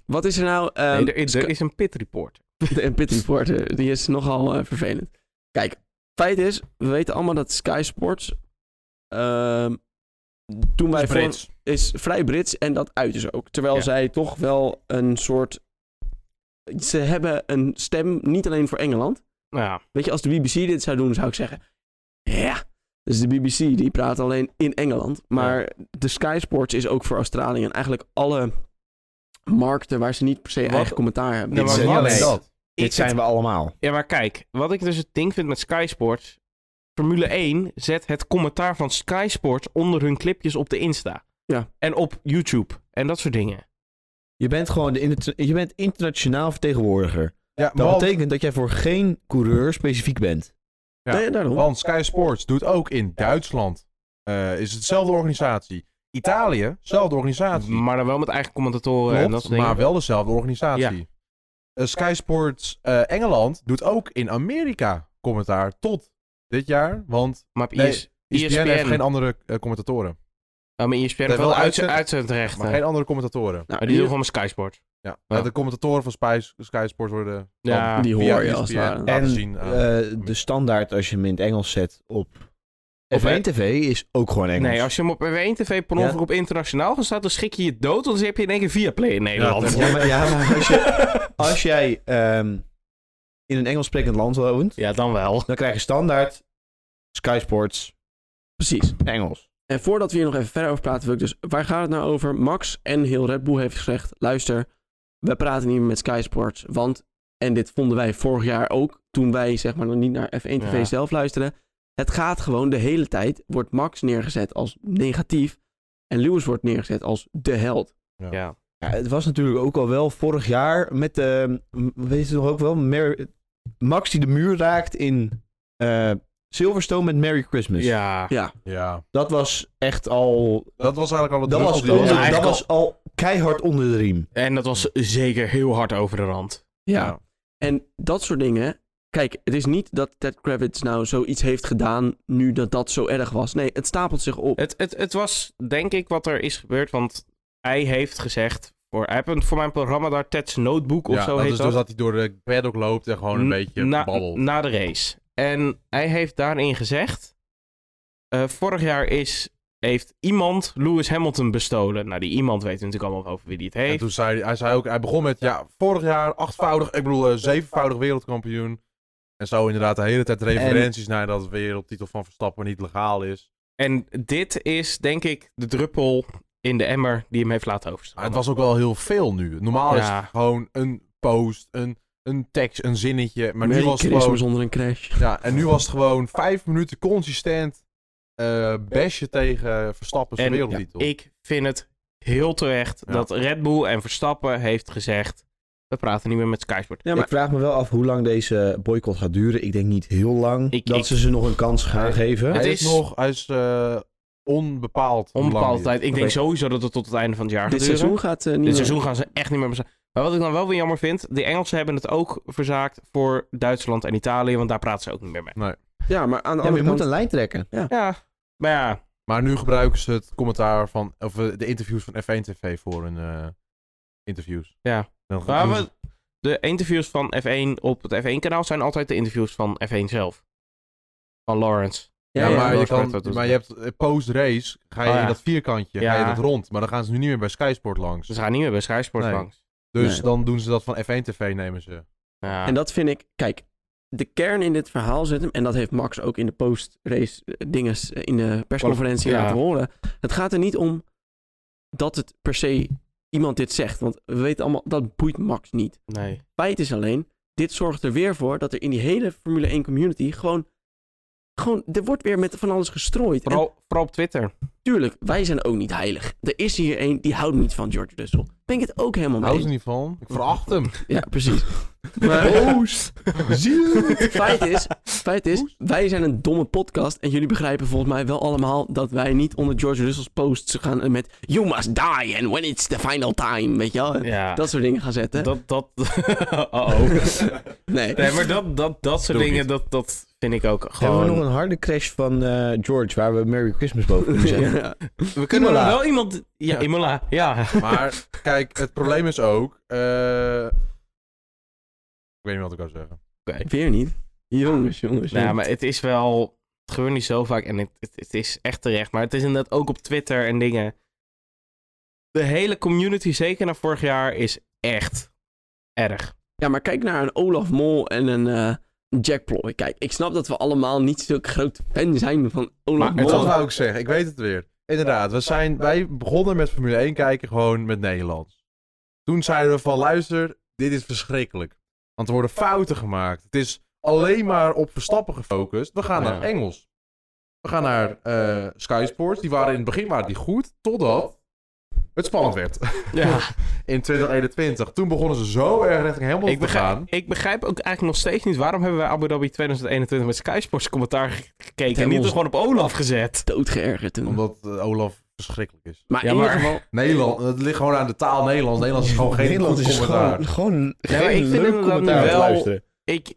S1: wat is er nou? ehm,
S3: Nee, er, is- er is een pit report.
S1: <laughs> en Pit Report, eh, die is nogal eh, vervelend. Kijk, feit is, we weten allemaal dat Sky Sports. ehm, toen wij voor-
S2: Brits.
S1: is vrij Brits en dat uiten ze ook. Terwijl
S3: Ja.
S1: zij toch wel een soort. Ze hebben een stem niet alleen voor Engeland.
S3: Ja,
S1: Weet je, als de BBC dit zou doen, zou ik zeggen. Ja, dus de BBC die praat alleen in Engeland. Maar de Sky Sports is ook voor Australië. En eigenlijk alle markten waar ze niet per se
S3: Wat-
S1: eigen commentaar hebben.
S3: Nee,
S4: dit
S3: maar
S4: zijn,
S3: wat-
S4: niet alleen
S3: nee.
S4: dat.
S3: Ik-
S4: Dit zijn we allemaal.
S3: ja, maar kijk, wat ik dus het ding vind met Sky Sports. Formule 1 zet het commentaar van Sky Sports onder hun clipjes op de Insta.
S1: Ja.
S3: En op YouTube. En dat soort dingen.
S4: Je bent gewoon de inter- je bent internationaal vertegenwoordiger.
S2: Ja,
S4: Dat
S2: want,
S4: betekent dat jij voor geen coureur specifiek bent.
S2: Ja.
S1: Nee,
S3: Oh,
S1: daarom.
S2: want Sky Sports doet ook in Duitsland. eh, is hetzelfde organisatie. Italië, zelfde organisatie.
S3: Maar dan wel met eigen commentatoren en
S2: Klopt,
S3: dat soort dingen.
S2: maar wel dezelfde organisatie. Eh, Sky Sports eh, Engeland doet ook in Amerika commentaar tot dit jaar. Want E
S3: Maar op
S2: Nee,
S3: IS,
S2: ESPN, heeft
S3: ESPN.
S2: geen andere eh, commentatoren.
S3: Ja, maar ESPN heeft
S2: wel
S3: wel
S2: uitzend-
S3: uitzendrechten.
S2: Maar geen andere commentatoren.
S1: Nou,
S3: Maar die doen gewoon met Sky Sports.
S2: Ja. Maar De commentatoren van Spy, Sky Sports worden
S3: Ja.
S2: dan
S1: Die
S2: via
S1: hoor je als het
S2: ESPN
S1: ware.
S2: laten
S4: En,
S2: zien. aan-
S4: Eh, de standaard als je hem in het Engels zet op, op
S3: F1
S4: 1 TV is ook gewoon Engels.
S3: Nee, als je hem op W1 TV per
S4: Ja.
S3: ongeluk op internationaal gaat staan, dan schrik je je dood, want dan heb je in één keer via play in Nederland.
S4: ja, maar, ja, maar <laughs> als, je- als jij ehm, in een Engels sprekend land woont,
S3: Ja, dan wel.
S4: dan krijg je standaard Sky Sports
S1: Precies.
S4: Engels.
S1: En voordat we hier nog even verder over praten, wil ik dus... Waar gaat het nou over? Max en heel Red Bull heeft gezegd... Luister, we praten niet meer met Sky Sports. Want, en dit vonden wij vorig jaar ook... Toen wij zeg maar nog niet naar F1 TV
S3: Ja.
S1: zelf luisteren. Het gaat gewoon de hele tijd... Wordt Max neergezet als negatief. En Lewis wordt neergezet als de held.
S3: Ja.
S4: Ja, het was natuurlijk ook al wel vorig jaar met de, m- weet je nog ook wel, Mer- Max die de muur raakt in eh, Silverstone met Merry Christmas.
S3: Ja.
S1: Ja,
S2: ja.
S4: Dat was echt al,
S2: Dat was eigenlijk al het
S4: dat was,
S2: druppeltje.
S4: dat, was,
S3: Ja, eigenlijk
S4: dat was al keihard onder de riem.
S3: En dat was zeker heel hard over de rand.
S1: ja.
S2: Ja.
S1: En dat soort dingen Kijk, het is niet dat Ted Kravitz nou zoiets heeft gedaan nu dat dat zo erg was. Nee, het stapelt zich op.
S3: Het, het, het was denk ik wat er is gebeurd, want hij heeft gezegd. Voor, hij heeft een- voor mijn programma daar Ted's Notebook of
S2: ja,
S3: zo
S2: dat
S3: heet
S2: is
S3: dat.
S2: dus dat hij door de paddock loopt en gewoon een
S3: N-
S2: beetje
S3: na,
S2: babbelt.
S3: Na de race. En hij heeft daarin gezegd... eh, vorig jaar is, heeft iemand Lewis Hamilton bestolen. Nou, die iemand weet natuurlijk allemaal over wie die het
S2: En
S3: heeft.
S2: toen zei hij, hij, zei ook, hij begon met, ja, vorig jaar achtvoudig, ik bedoel eh, zevenvoudig wereldkampioen. En zo inderdaad de hele tijd referenties naar dat wereldtitel van Verstappen niet legaal is.
S3: En dit is, denk ik, de druppel in de emmer die hem heeft laten
S2: Maar
S3: overstromen.
S2: Ah, het was ook wel heel veel nu. Normaal is
S3: Ja.
S2: het gewoon een post, een, een tekst, een zinnetje. Maar nu
S1: Merry
S2: was het
S1: Christmas
S2: gewoon,
S1: zonder een crash.
S2: ja, en nu was het gewoon vijf minuten consistent eh bashen tegen Verstappen's
S3: En
S2: wereldtitel.
S3: Ik vind het heel terecht
S2: Ja.
S3: dat Red Bull en Verstappen heeft gezegd... We praten niet meer met Sky Sport.
S1: Ja, maar
S4: Ik vraag me wel af hoe lang deze boycott gaat duren. Ik denk niet heel lang
S3: Ik-
S4: dat
S3: ik-
S4: ze ze nog een kans gaan
S2: Nee.
S4: geven.
S2: hij
S3: het
S2: is,
S3: is-
S2: nog, hij is eh, onbepaald. hoe lang
S3: Onbepaalde
S2: die
S3: tijd. Ik denk
S4: Oké.
S3: sowieso dat het tot het einde van het jaar
S1: Dit
S3: gaat duren.
S1: seizoen gaat eh, niet
S3: Dit
S1: meer-
S3: seizoen gaan ze echt niet meer bezaa- Maar wat ik dan wel weer jammer vind, de Engelsen hebben het ook verzaakt voor Duitsland en Italië, want daar praten ze ook niet meer mee.
S1: Ja, maar aan de
S4: Ja, maar
S1: andere
S4: je
S1: kant...
S4: moet een lijn trekken.
S3: Ja, maar ja,
S2: Maar nu gebruiken ze het commentaar van, of eh, de interviews van F1 TV voor hun eh, interviews.
S3: Ja.
S2: Dan
S3: maar
S2: doen
S3: we-
S2: ze-
S3: de interviews van F1 op het F1-kanaal zijn altijd de interviews van F1 zelf. Van Lawrence.
S2: ja,
S1: Ja, ja.
S2: maar, je
S3: Lawrence Spread,
S2: kan,
S3: dat
S2: maar je
S3: is-
S2: hebt eh, post-race, ga je
S3: Oh, ja.
S2: in dat vierkantje, ga je
S3: Ja.
S2: dat rond. Maar dan gaan ze nu niet meer bij Sky Sport langs.
S3: Ze gaan niet meer bij Sky Sports
S2: Nee.
S3: langs.
S2: Dus
S1: Nee.
S2: dan doen ze dat van F1 TV nemen ze.
S3: Ja.
S1: En dat vind ik... Kijk, de kern in dit verhaal zit hem... En dat heeft Max ook in de post-race eh, dinges eh, in de persconferentie
S3: Ja.
S1: laten horen. Het gaat er niet om dat het per se iemand dit zegt. Want we weten allemaal, dat boeit Max niet.
S3: Nee.
S1: Feit is alleen, dit zorgt er weer voor dat er in die hele Formule 1 community gewoon... Gewoon, er wordt weer met van alles gestrooid. En
S3: Vooral, vooral op Twitter.
S1: tuurlijk, wij zijn ook niet heilig. Er is hier één die houdt niet van George Russell. Ben ik het ook helemaal mee.
S2: Hou ze niet van. Ik veracht hem. Oh,
S1: Ja,
S3: <laughs>
S1: precies.
S2: <laughs>
S1: Maar
S2: Post! Zie je het?
S1: feit is, feit is, wij zijn een domme podcast en jullie begrijpen volgens mij wel allemaal dat wij niet onder George Russell's posts gaan met You must die and when it's the final time, weet je wel?
S3: Ja. Dat,
S1: Dat soort dingen gaan zetten.
S3: dat, <laughs> oh
S1: nee.
S3: Nee, maar dat, dat, dat soort
S2: Doe ik
S3: dingen, dat, dat vind ik ook
S4: Hebben we
S3: gewoon...
S4: nog een harde crash van eh, George waar we Merry Christmas boven kunnen zetten?
S1: <laughs> Ja.
S3: We kunnen
S4: Imola.
S3: wel iemand... Ja, Imola. Ja.
S2: Maar kijk, het probleem is ook... eh, Ik weet niet wat ik wil zeggen.
S1: Weer niet. Jongens, jongens.
S3: Nou, ja,
S1: jongens.
S3: maar het is wel. Het gebeurt niet zo vaak en het, het, het is echt terecht. Maar het is inderdaad ook op Twitter en dingen. De hele community, zeker na vorig jaar, is echt erg.
S1: Ja, maar kijk naar een Olaf Mol en een eh, Jack Ploy. Kijk, ik snap dat we allemaal niet zo'n groot fan zijn van Olaf
S2: En
S1: Mol.
S2: dat wou ik zeggen, ik weet het weer. Inderdaad, we zijn, wij begonnen met Formule 1 kijken gewoon met Nederlands. Toen zeiden we van, luister, dit is verschrikkelijk. Want er worden fouten gemaakt. Het is alleen maar op Verstappen gefocust. We gaan
S3: Ja.
S2: naar Engels. We gaan naar eh Sky Sports. Die waren in het begin waren die goed, totdat het spannend werd. <laughs>
S3: Ja,
S2: In 2021. Toen begonnen ze zo erg richting helemaal
S3: ik,
S2: te gaan.
S3: begrijp, ik begrijp ook eigenlijk nog steeds niet waarom hebben wij Abu Dhabi 2021 met Sky Sports commentaar ge- gekeken en
S1: Helemaal
S3: niet
S1: zo-
S3: gewoon op Olaf gezet.
S1: doodgeërgerd toen.
S2: Omdat eh, Olaf verschrikkelijk is.
S1: Maar
S3: Ja,
S1: in ieder
S3: maar-
S1: geval...
S2: Nederland, het ligt gewoon aan de taal Nederlands. Nederlands is gewoon geen
S4: Nederland
S2: goed
S4: is
S2: commentaar.
S4: gewoon, gewoon
S3: maar ik
S4: geen
S3: vind
S4: leuk
S3: inderdaad nu
S4: commentaar om te
S3: wel-
S4: luisteren.
S3: Ik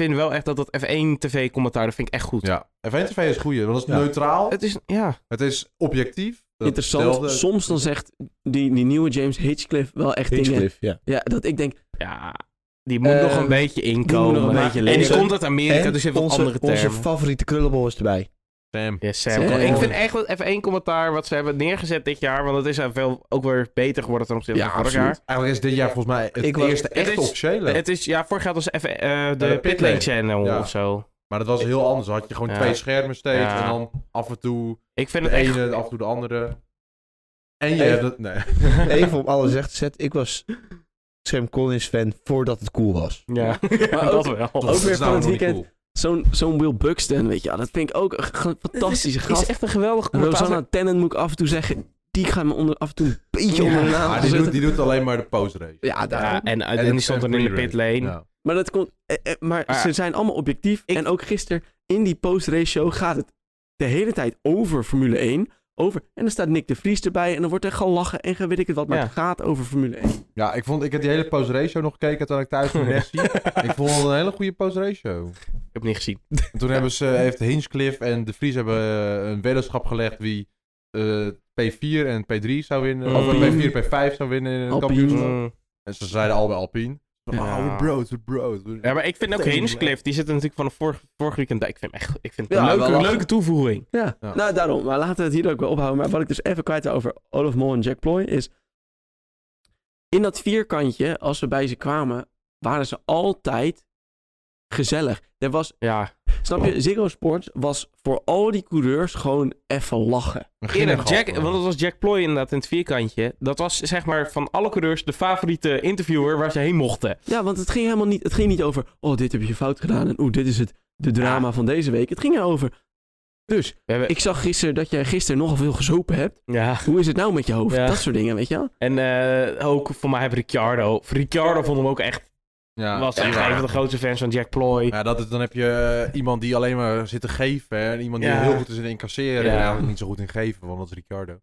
S3: vind wel echt dat dat F1 TV commentaar, dat vind ik echt goed.
S2: Ja, F1 TV is goed, want het is
S4: Ja.
S2: neutraal.
S3: Eh, Het is, ja.
S2: Het is objectief. Dat
S1: Interessant,
S2: hetzelfde-
S1: soms dan zegt die, die nieuwe James Hitchcliffe wel echt dingen.
S4: Hinchcliffe, ja.
S1: Ja, dat ik denk,
S3: ja. Ehm, Die moet
S1: Eh,
S3: nog een beetje inkomen.
S1: moet nog een
S3: Maar-
S1: beetje
S3: en die
S1: leven.
S3: komt uit Amerika, dus je hebt wat
S4: onze,
S3: andere termen.
S4: onze favoriete krullenbol is erbij.
S2: Sam.
S3: Ja, Sam.
S1: Sam.
S3: Ik vind echt dat F1-commentaar wat ze hebben neergezet dit jaar, want het is aan veel ook weer beter geworden ten opzichte
S1: Ja,
S3: van vorig
S1: absoluut.
S2: Eigenlijk is dit jaar volgens mij het
S4: Ik was-
S2: eerste
S3: het
S2: echt
S3: is-
S2: officiële.
S3: jaar. Het is, ja, vorig jaar was F1, eh, de,
S2: de
S3: Pitlane
S2: Pitlane.
S3: Channel
S2: Ja.
S3: of zo.
S2: Maar dat was heel anders. Dan had je gewoon
S3: Ja.
S2: twee schermen steeds.
S3: Ja.
S2: En dan af en toe
S3: Ik vind
S2: de
S3: het echt...
S2: ene, af en toe de andere. En je
S4: Even-
S2: hebt het... Nee. <laughs>
S4: Even op alles recht gezet. Ik was Sam Collins fan voordat het cool
S3: <laughs>
S4: was.
S3: Ja,
S1: Maar
S3: dat
S1: ook-
S3: wel.
S1: ook weer van het
S2: nog niet
S1: weekend.
S2: cool.
S1: zo'n zo'n Will Buxton, weet je wel, Dat vind ik ook een ge- fantastische
S3: Het is,
S1: gast.
S3: echt een geweldig commentaar.
S1: Rosanna Tennant moet ik af en toe zeggen, die gaat me onder, af en toe een beetje
S3: Ja.
S1: onder de naam
S2: Maar die doet,
S1: zetten.
S2: die doet alleen maar de postrace.
S1: Ja, daar.
S3: Ja, en, en,
S2: En
S3: die
S2: het-
S3: stond
S2: en
S3: dan in de
S2: pre-race.
S3: pitlane. <laughs>
S2: Ja.
S1: Maar, dat kon, eh, eh, maar
S3: Maar-
S1: ze zijn allemaal objectief.
S3: Ik-
S1: En ook gisteren in die post-race show gaat het de hele tijd over Formule 1. over. En dan staat Nick de Vries erbij en dan wordt er gelachen en ge- weet ik het wat. Maar
S3: Ja.
S1: het gaat over Formule 1.
S2: Ja, ik, vond, ik heb die hele post ratio nog gekeken toen ik thuis
S3: <laughs>
S2: voor de FC. Ik vond het een hele goede post ratio.
S3: Ik heb het niet gezien.
S2: En toen hebben ze, heeft Hinchcliffe en De Vries hebben eh, een weddenschap gelegd wie eh, P4 en P3 zou winnen.
S3: Oh,
S2: Of
S1: Alpine.
S2: P4 P5 zou winnen in het
S1: Alpine.
S2: kampioenschap.
S3: Mm.
S2: En ze zeiden allebei Alpine.
S3: Ja.
S2: Oh, bro, de bro.
S3: Ja, maar ik vind ook
S1: Tegen-
S3: Hinchcliffe, die zit er natuurlijk vanaf vorig, vorig weekend. Ik vind hem echt ik vind het
S1: Ja,
S3: een
S1: wel
S3: leuke,
S1: lachen.
S3: leuke toevoeging.
S1: Ja,
S2: Ja.
S1: nou daarom. Maar laten we het hier ook wel ophouden. Maar wat ik dus even kwijt wil over Olaf Mol en Jack Ploy is... In dat vierkantje, als we bij ze kwamen, waren ze altijd gezellig. Er was,
S3: Ja.
S1: snap je, Ziggo Sports was voor al die coureurs gewoon even lachen.
S3: Eerder, Jack, want dat was Jack Ploy inderdaad in het vierkantje. Dat was zeg maar van alle coureurs de favoriete interviewer waar ze heen mochten.
S1: Ja, want het ging helemaal niet, het ging niet over, oh dit heb je fout gedaan en oeh dit is het de drama van deze week. Het ging erover, dus
S3: We hebben,
S1: ik zag gisteren dat jij gisteren nogal veel gezopen hebt.
S3: ja.
S1: Hoe is het nou met je hoofd?
S3: Ja.
S1: Dat soort dingen, weet je wel?
S3: En eh, ook voor mij Ricciardo. Ricciardo vond hem ook echt,
S2: Ja.
S3: was echt
S2: ja.
S3: een van de grootste fans van Jack Ploy.
S2: Ja, dat is, dan heb je eh, iemand die alleen maar zit te geven. Hè, en iemand die
S3: Ja.
S2: heel goed is in incasseren.
S3: Ja.
S2: En eigenlijk niet zo goed in geven, want dat is Ricardo.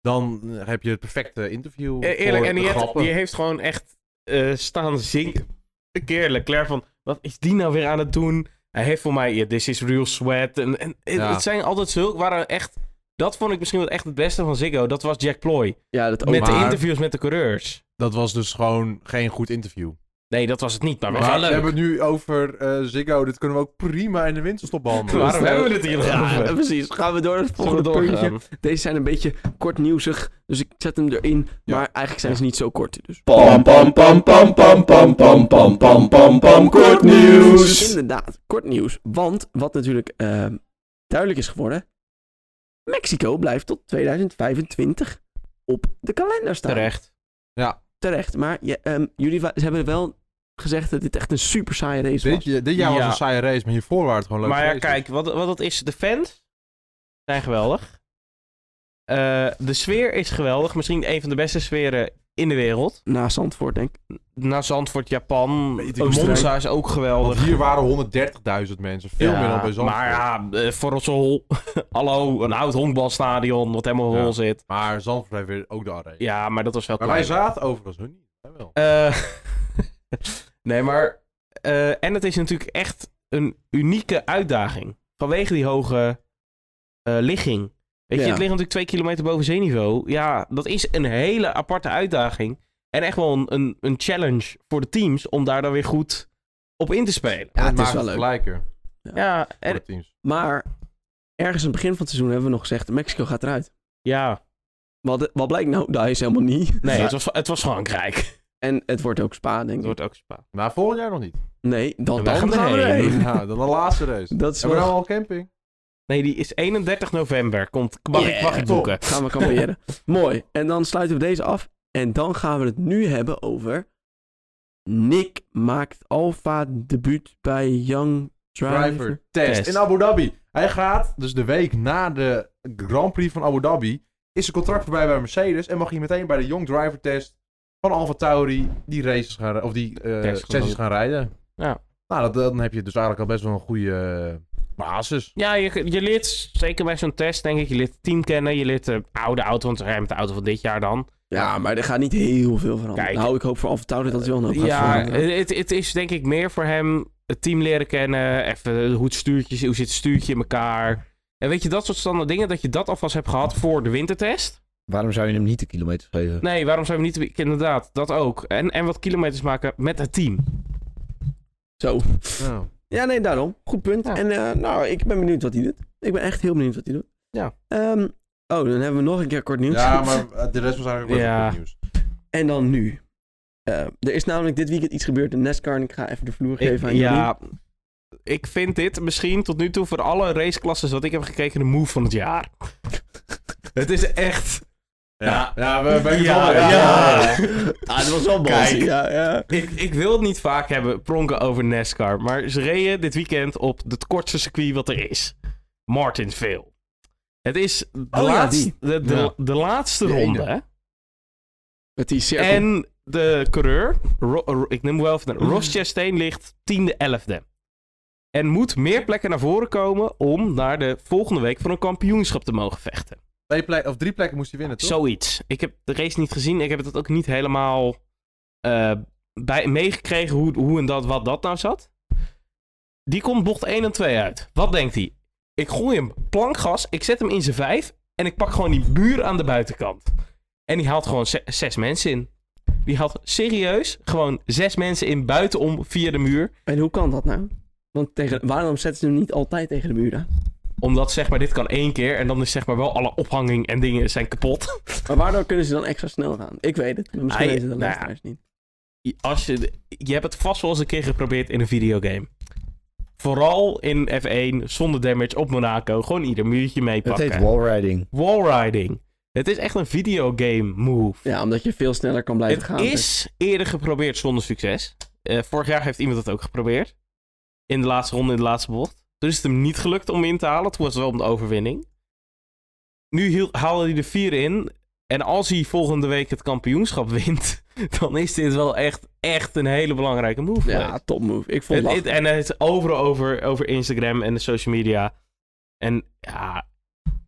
S2: Dan eh, heb je het perfecte interview.
S3: Eh, eerlijk,
S2: voor
S3: en die
S2: de
S3: heeft,
S2: grappen.
S3: die heeft gewoon echt eh, staan zingen. Een keer Leclerc van, wat is die nou weer aan het doen? Hij heeft voor mij, yeah, this is real sweat. En, en het-
S2: Ja.
S3: het zijn altijd zulke, waren echt... Dat vond ik misschien wel echt het beste van Ziggo. Dat was Jack Ploy.
S1: Ja, dat ook.
S3: met de
S2: maar-
S3: interviews met de coureurs.
S2: Dat was dus gewoon geen goed interview.
S3: Nee, dat was het
S1: Ah,
S3: niet, maar,
S2: Maar
S3: wel
S2: we
S3: leuk.
S2: hebben het nu over eh, Ziggo. Dit kunnen we ook prima in de winterstop behandelen.
S3: <laughs> Waarom
S1: Ja,
S3: hebben we het hier nog
S1: Ja, <laughs>
S3: <laughs>
S2: <laughs>
S3: over?
S1: precies. Gaan we door naar het
S3: Zullen we
S1: volgende puntje.
S3: doorgaan?
S1: Deze zijn een beetje kortnieuwsig, dus ik zet hem erin.
S2: Ja.
S1: Maar eigenlijk zijn ze niet zo kort. Dus.
S5: Pam pam pam pam pam pam pam pam pam pam pam kort nieuws.
S1: Inderdaad, kort nieuws. Want wat natuurlijk ehm, duidelijk is geworden: Mexico blijft tot 2025 op de kalender staan.
S3: Terecht.
S1: Terecht, Maar je, ehm, jullie wa- ze hebben wel gezegd dat dit echt een super saaie race
S2: Dit,
S1: was.
S2: je- dit jaar was
S3: Ja.
S2: een saaie race, maar hiervoor waren het gewoon leuke
S3: Maar ja,
S2: races.
S3: kijk, wat, wat het is, de fans zijn geweldig. Eh, de sfeer is geweldig. Misschien een van de beste sferen in de wereld.
S1: Na Zandvoort, denk ik.
S3: Na Zandvoort, Japan.
S2: Weet ik,
S3: Monza
S2: Oostenrijk.
S3: is ook
S2: Want
S3: geweldig.
S2: hier waren 130.000 mensen. Veel
S3: Ja,
S2: meer dan bij Zandvoort.
S3: Maar ja, eh, Forrelsel, <laughs> hallo, een oud honkbalstadion wat helemaal
S2: Ja.
S3: vol zit.
S2: Maar Zandvoort heeft weer ook de arena.
S3: Ja, maar dat was wel
S2: maar wij
S3: klein.
S2: zaten overigens hun niet. Wij wel.
S3: Eh, <laughs> nee, maar... eh, en het is natuurlijk echt een unieke uitdaging. Vanwege die hoge eh, ligging. Weet je,
S1: Ja.
S3: het ligt natuurlijk twee kilometer boven zeeniveau. Ja, dat is een hele aparte uitdaging. En echt wel een, een, een challenge voor de teams om daar dan weer goed op in te spelen.
S1: Ja, het
S2: maakt
S1: is wel leuk.
S2: Gelijker
S3: Ja,
S2: voor
S3: en,
S2: de teams.
S1: Maar ergens aan het begin van het seizoen hebben we nog gezegd: Mexico gaat eruit.
S3: ja
S1: Wat, wat blijkt nou? Dat is helemaal niet.
S3: nee, het was, het was Frankrijk.
S1: En het wordt ook Spa, denk
S3: Het
S1: ik.
S3: wordt ook Spa.
S2: Nou, volgend jaar nog niet.
S1: Nee, dan, dan
S3: En wij
S1: gaan
S3: gaan
S1: we
S3: erheen. <laughs>
S1: erheen.
S2: Ja, dan de laatste race.
S1: Dat is
S2: Hebben we
S1: wel-
S2: nou al camping?
S3: Nee, die is 31 november. Komt, mag, ik, mag
S1: Yeah.
S3: ik boeken.
S1: <laughs> Gaan we
S3: <laughs>
S1: kamperen. Mooi. En dan sluiten we deze af. En dan gaan we het nu hebben over... Nick maakt alfa debuut bij Young Driver.
S2: Driver test.
S3: Test.
S2: in Abu Dhabi. Hij gaat, dus de week na de Grand Prix van Abu Dhabi, is zijn contract voorbij bij Mercedes en mag hij meteen bij de Young Driver test van Alfa Tauri die races gaan, ri- of die eh,
S3: Test gewoon.
S2: sessies gaan rijden.
S3: Ja.
S2: Nou, dat, dan heb je dus eigenlijk al best wel een goede eh, basis.
S3: Ja, je, je leert zeker bij zo'n test, denk ik. Je leert het team kennen. Je leert de oude auto, want we rijden met de auto van dit jaar dan.
S1: Ja, maar er gaat niet heel veel veranderen.
S3: Kijk. Eh,
S1: nou, ik hoop voor Alfa Tauri dat hij wel een hoop gaat
S3: Ja,
S1: veranderen.
S3: het, het is denk ik meer voor hem het team leren kennen. Even hoe, het stuurtje, hoe zit het stuurtje in elkaar. En weet je, dat soort standaard dingen, dat je dat alvast hebt gehad voor de wintertest.
S4: Waarom zou je hem niet de kilometer geven?
S3: Nee, waarom zijn we niet... Inderdaad, dat ook. En, en wat kilometers maken met het team.
S1: Zo.
S2: Nou,
S1: Ja, nee, daarom. Goed punt.
S3: Ja.
S1: En eh, nou, ik ben benieuwd wat hij doet. Ik ben echt heel benieuwd wat hij doet.
S3: Ja.
S1: Ehm, oh, dan hebben we nog een keer kort nieuws. <laughs>
S2: Ja, maar eh, de rest was eigenlijk wel
S3: Ja.
S2: goed nieuws.
S1: En dan nu. Eh, er is namelijk dit weekend iets gebeurd in NASCAR. En ik ga even de vloer
S3: Ik-
S1: geven aan jullie.
S3: ja, ik vind dit misschien tot nu toe voor alle raceklasses wat ik heb gekeken de move van het
S1: <laughs>
S3: jaar. het is echt...
S2: Ja, ja we ben ik het
S3: Ja,
S2: wel-
S3: ja.
S1: Ah, dat was wel
S3: Kijk.
S1: bossy. Ja, ja.
S3: Ik, ik wil het niet vaak hebben, pronken over NASCAR. Maar ze reden dit weekend op het kortste circuit wat er is. Martinsville. Het is de,
S1: Oh ja,
S3: laatste,
S1: die.
S3: de, de,
S2: Ja.
S3: de laatste
S2: Die ene.
S3: ronde.
S1: Met die cirkel.
S3: En de coureur, Ro- Ro- ik neem hem wel even,
S1: Mm.
S3: naar- Ross Chastain ligt 10e, 11e. En moet meer plekken naar voren komen om naar de volgende week voor een kampioenschap te mogen vechten.
S2: Twee plek, of drie plekken moest hij winnen, toch?
S3: Zoiets. Ik heb de race niet gezien. Ik heb het ook niet helemaal eh, bij, meegekregen hoe, hoe en dat, wat dat nou zat. Die komt bocht 1 en 2 uit. Wat denkt hij? Ik gooi hem plankgas, ik zet hem in zijn vijf en ik pak gewoon die muur aan de buitenkant. En die haalt gewoon ze- zes mensen in. Die haalt serieus gewoon zes mensen in buitenom via de muur.
S1: En hoe kan dat nou? Want tegen, waarom zetten ze hem niet altijd tegen de muur aan?
S3: Omdat zeg maar dit kan één keer en dan is zeg maar wel alle ophanging en dingen zijn kapot.
S1: Maar waardoor kunnen ze dan extra snel gaan? Ik weet het. maar Misschien
S3: Ah,
S1: weten de
S3: nou ja.
S1: luisteraars niet.
S3: Als je, je hebt het vast wel eens een keer geprobeerd in een videogame. Vooral in F1 zonder damage op Monaco. Gewoon ieder muurtje
S4: Het
S3: meepakken.
S4: heet wallriding.
S3: Wallriding. Het is echt een videogame move.
S1: Ja, omdat je veel sneller kan blijven
S3: Het
S1: gaan. dus-
S3: is eerder geprobeerd zonder succes. Eh, vorig jaar heeft iemand dat ook geprobeerd. In de laatste ronde, in de laatste bocht. Toen is het hem niet gelukt om in te halen. Toen was het wel om de overwinning. Nu hiel- haalde hij de vier in. En als hij volgende week het kampioenschap <laughs> wint, dan is dit wel echt, echt een hele belangrijke move.
S1: Ja,
S3: geweest.
S1: top move. Ik vond
S3: Het-
S1: het,
S3: het- en het is overal over, over Instagram en de social media. En ja,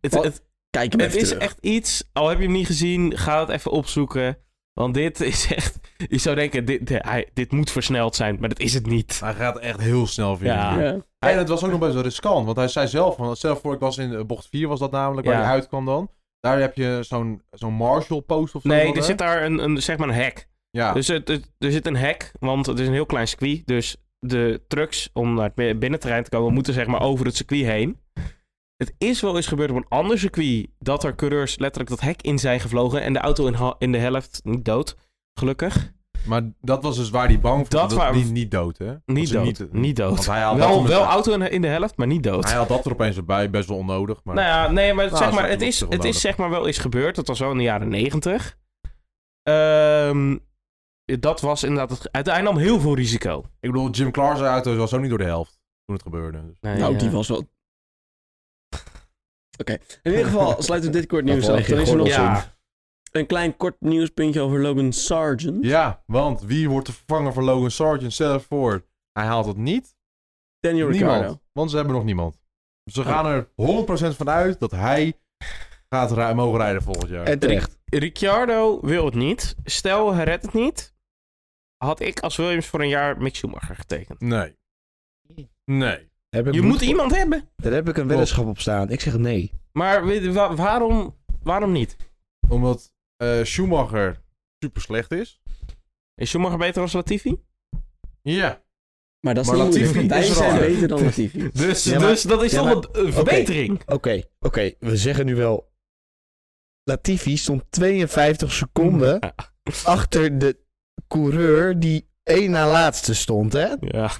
S3: het,
S1: Wat-
S3: het,
S1: Kijk hem
S3: het
S1: even
S3: is
S1: terug.
S3: echt iets, al heb je hem niet gezien, ga het even opzoeken. Want dit is echt, je zou denken, dit, dit- hij- dit moet versneld zijn, maar dat is het niet.
S2: Hij gaat echt heel snel winnen.
S3: Ja.
S1: Ja.
S2: En het was ook nog best wel riskant, want hij zei zelf, van, stel voor ik was in eh, bocht 4 was dat namelijk, waar
S3: Ja.
S2: hij uitkwam dan. Daar heb je zo'n zo'n Marshall post of zo.
S3: Nee,
S2: wat, Ah.
S3: er
S2: hè?
S3: zit daar een, een, zeg maar een hek.
S2: Ja,
S3: Dus het, het- er zit een hek, want het is een heel klein circuit. Dus de trucks, om naar het bi- binnenterrein te komen, moeten zeg maar over het circuit heen. Het is wel eens gebeurd op een ander circuit dat er coureurs letterlijk dat hek in zijn gevlogen en de auto in, ha- in de helft niet dood. Gelukkig.
S2: maar dat was dus waar hij bang voor
S3: Dat
S2: was.
S3: waar-
S2: Die niet dood, hè? Dat
S3: Niet
S2: ze
S3: dood. Niet, dood.
S2: Want hij had, dat
S3: Wel,
S2: er-
S3: wel auto in, in de helft, maar niet dood.
S2: hij had dat er opeens erbij, best wel onnodig. Maar...
S3: Nou ja, nee, maar,
S2: Nou,
S3: zeg
S2: dat
S3: maar,
S2: is
S3: het,
S2: op
S3: is,
S2: zich wel
S3: het is
S2: nodig.
S3: zeg maar wel eens gebeurd. Dat was wel in de jaren negentig. Ehm, dat was inderdaad... Het, het- hij nam heel veel risico.
S2: Ik bedoel, Jim Clark's auto was ook niet door de helft toen het gebeurde. Dus.
S3: Nee,
S1: nou,
S3: ja.
S1: die was wel... Oké. In ieder <laughs> geval sluiten we dit kort nieuws af. Dan is er nog
S3: gordels
S1: ja. een klein kort nieuwspuntje over Logan Sargent.
S2: Ja, want wie wordt de vervanger voor Logan Sargent zelf voor? Hij haalt het niet.
S1: Daniel
S2: niemand.
S1: Ricciardo.
S2: Want ze hebben nog niemand. Ze gaan er 100% van uit dat hij gaat ri- mogen rijden volgend jaar.
S4: En terecht.
S3: Ricciardo wil het niet. Stel, hij redt het niet. Had ik als Williams voor een jaar Mick Schumacher getekend.
S2: Nee. Nee.
S4: Heb ik
S3: Je
S4: bloed-
S3: moet iemand hebben.
S4: Daar heb ik een weddenschap op staan. Ik zeg nee.
S3: Maar we- wa- waarom, waarom niet?
S2: Omdat eh, Schumacher super slecht is.
S3: Is Schumacher beter als Latifi?
S2: Ja.
S1: Maar dat is
S2: Maar
S1: niet
S2: Latifi
S1: moeilijk. want Hij
S2: is er
S1: zijn
S2: al.
S1: beter
S2: <laughs>
S1: dan Latifi.
S3: Dus,
S4: Ja, maar-
S3: dus dat is
S4: ja,
S3: toch
S4: maar-
S3: een- een verbetering.
S4: Oké, oké. We zeggen nu wel... Latifi stond 52 seconden
S3: Ja.
S4: achter de coureur die één na laatste stond, hè?
S3: Ja. <laughs>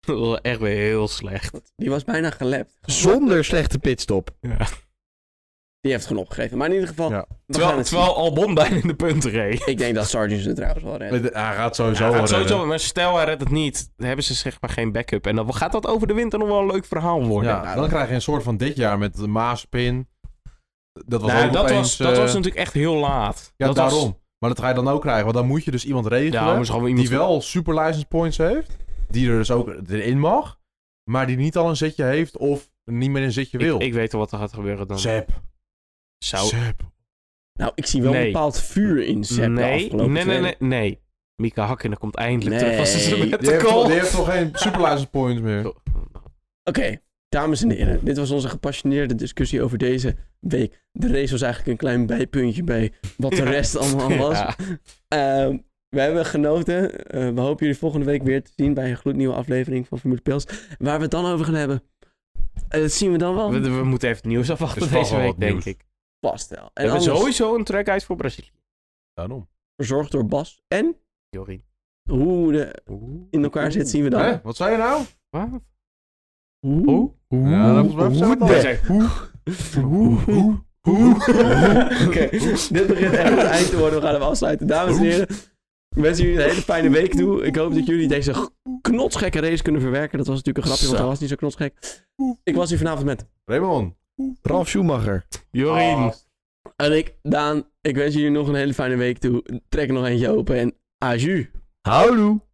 S3: Dat was echt weer heel slecht.
S1: Die was bijna gelept.
S4: <laughs> Zonder slechte pitstop.
S3: Ja.
S1: Die heeft gewoon opgegeven. Maar in ieder geval,
S2: Ja.
S1: we gaan
S3: Terwijl,
S1: het
S3: terwijl Albon bijna in de punten reed.
S1: zien. ik denk dat Sargent ze trouwens wel redt.
S2: Hij gaat
S3: Ja,
S2: sowieso
S3: hij
S2: wel
S3: gaat sowieso,
S2: redden.
S3: maar stel hij redt het niet, dan hebben ze zeg maar geen backup. En dan gaat dat over de winter nog wel een leuk verhaal worden. Nou,
S2: Ja, dan krijg je een soort van dit jaar met de Maaspin. Dat was
S3: nou,
S2: ook
S3: dat, was,
S2: opeens...
S3: dat
S2: eh,
S3: was natuurlijk echt heel laat.
S2: Ja,
S3: dat
S2: daarom.
S3: Was,
S2: Maar dat ga je dan ook krijgen. Want dan moet je dus iemand regelen
S3: ja, maar gewoon iemand
S2: die wel super license points heeft. Die er dus ook in mag. Maar die niet al een zetje heeft of niet meer een zetje
S3: Ik-
S2: wil.
S3: Ik, weet al wat er gaat gebeuren dan.
S2: Sepp.
S3: Zou... <laughs>
S2: Sepp.
S1: Nou, ik zie wel een
S3: Nee.
S1: bepaald vuur in Sepp de
S3: nee, nee,
S1: afgelopen
S3: nee, nee,
S1: twee
S3: nee, Mika Hakkinen komt eindelijk
S1: Nee.
S3: terug van zijn
S2: Die heeft,
S3: sabbatical.
S2: toch, die heeft toch geen super license points meer.
S1: Oké, dames en heren. Dit was onze gepassioneerde discussie over deze week. De race was eigenlijk een klein bijpuntje bij <laughs> wat de
S3: Ja. <laughs>
S1: rest allemaal was.
S3: Ja.
S1: Ehm, we hebben genoten. Eh, we hopen jullie volgende week weer te zien bij een gloednieuwe aflevering van Formule Pils. Waar we het dan over gaan hebben. Eh, dat zien we dan wel
S3: We, we moeten even het nieuws afwachten
S2: Is vast
S3: deze
S2: wel
S3: week,
S2: wat
S3: denk
S2: nieuws.
S3: ik.
S1: vast wel.
S3: We
S1: En
S3: hebben
S1: anders
S3: sowieso een track uit voor Brazilië.
S2: Daarom.
S1: verzorgd door Bas. En
S3: Jorien.
S1: hoe de in elkaar zit, zien we dan.
S2: Hè? Wat zei je nou?
S3: Wat?
S1: Hoe?
S3: Hoe?
S2: Ja, dat was
S4: Hoe
S3: Wij
S4: de-
S3: zijn-
S2: Hoe?
S1: <laughs> Oké, dit begint echt het eind te worden. We gaan hem afsluiten. Dames en heren, ik wens jullie een hele fijne week toe. Ik hoop dat jullie deze g- knotsgekke race kunnen verwerken. Dat was natuurlijk een grapje, want hij was niet zo knotsgek. Ik was hier vanavond met
S2: Raymond.
S4: Ralf Schumacher.
S3: Jorien.
S1: en ik, Daan. Ik wens jullie nog een hele fijne week toe. Trek er nog eentje open en aju.
S4: Houdoe.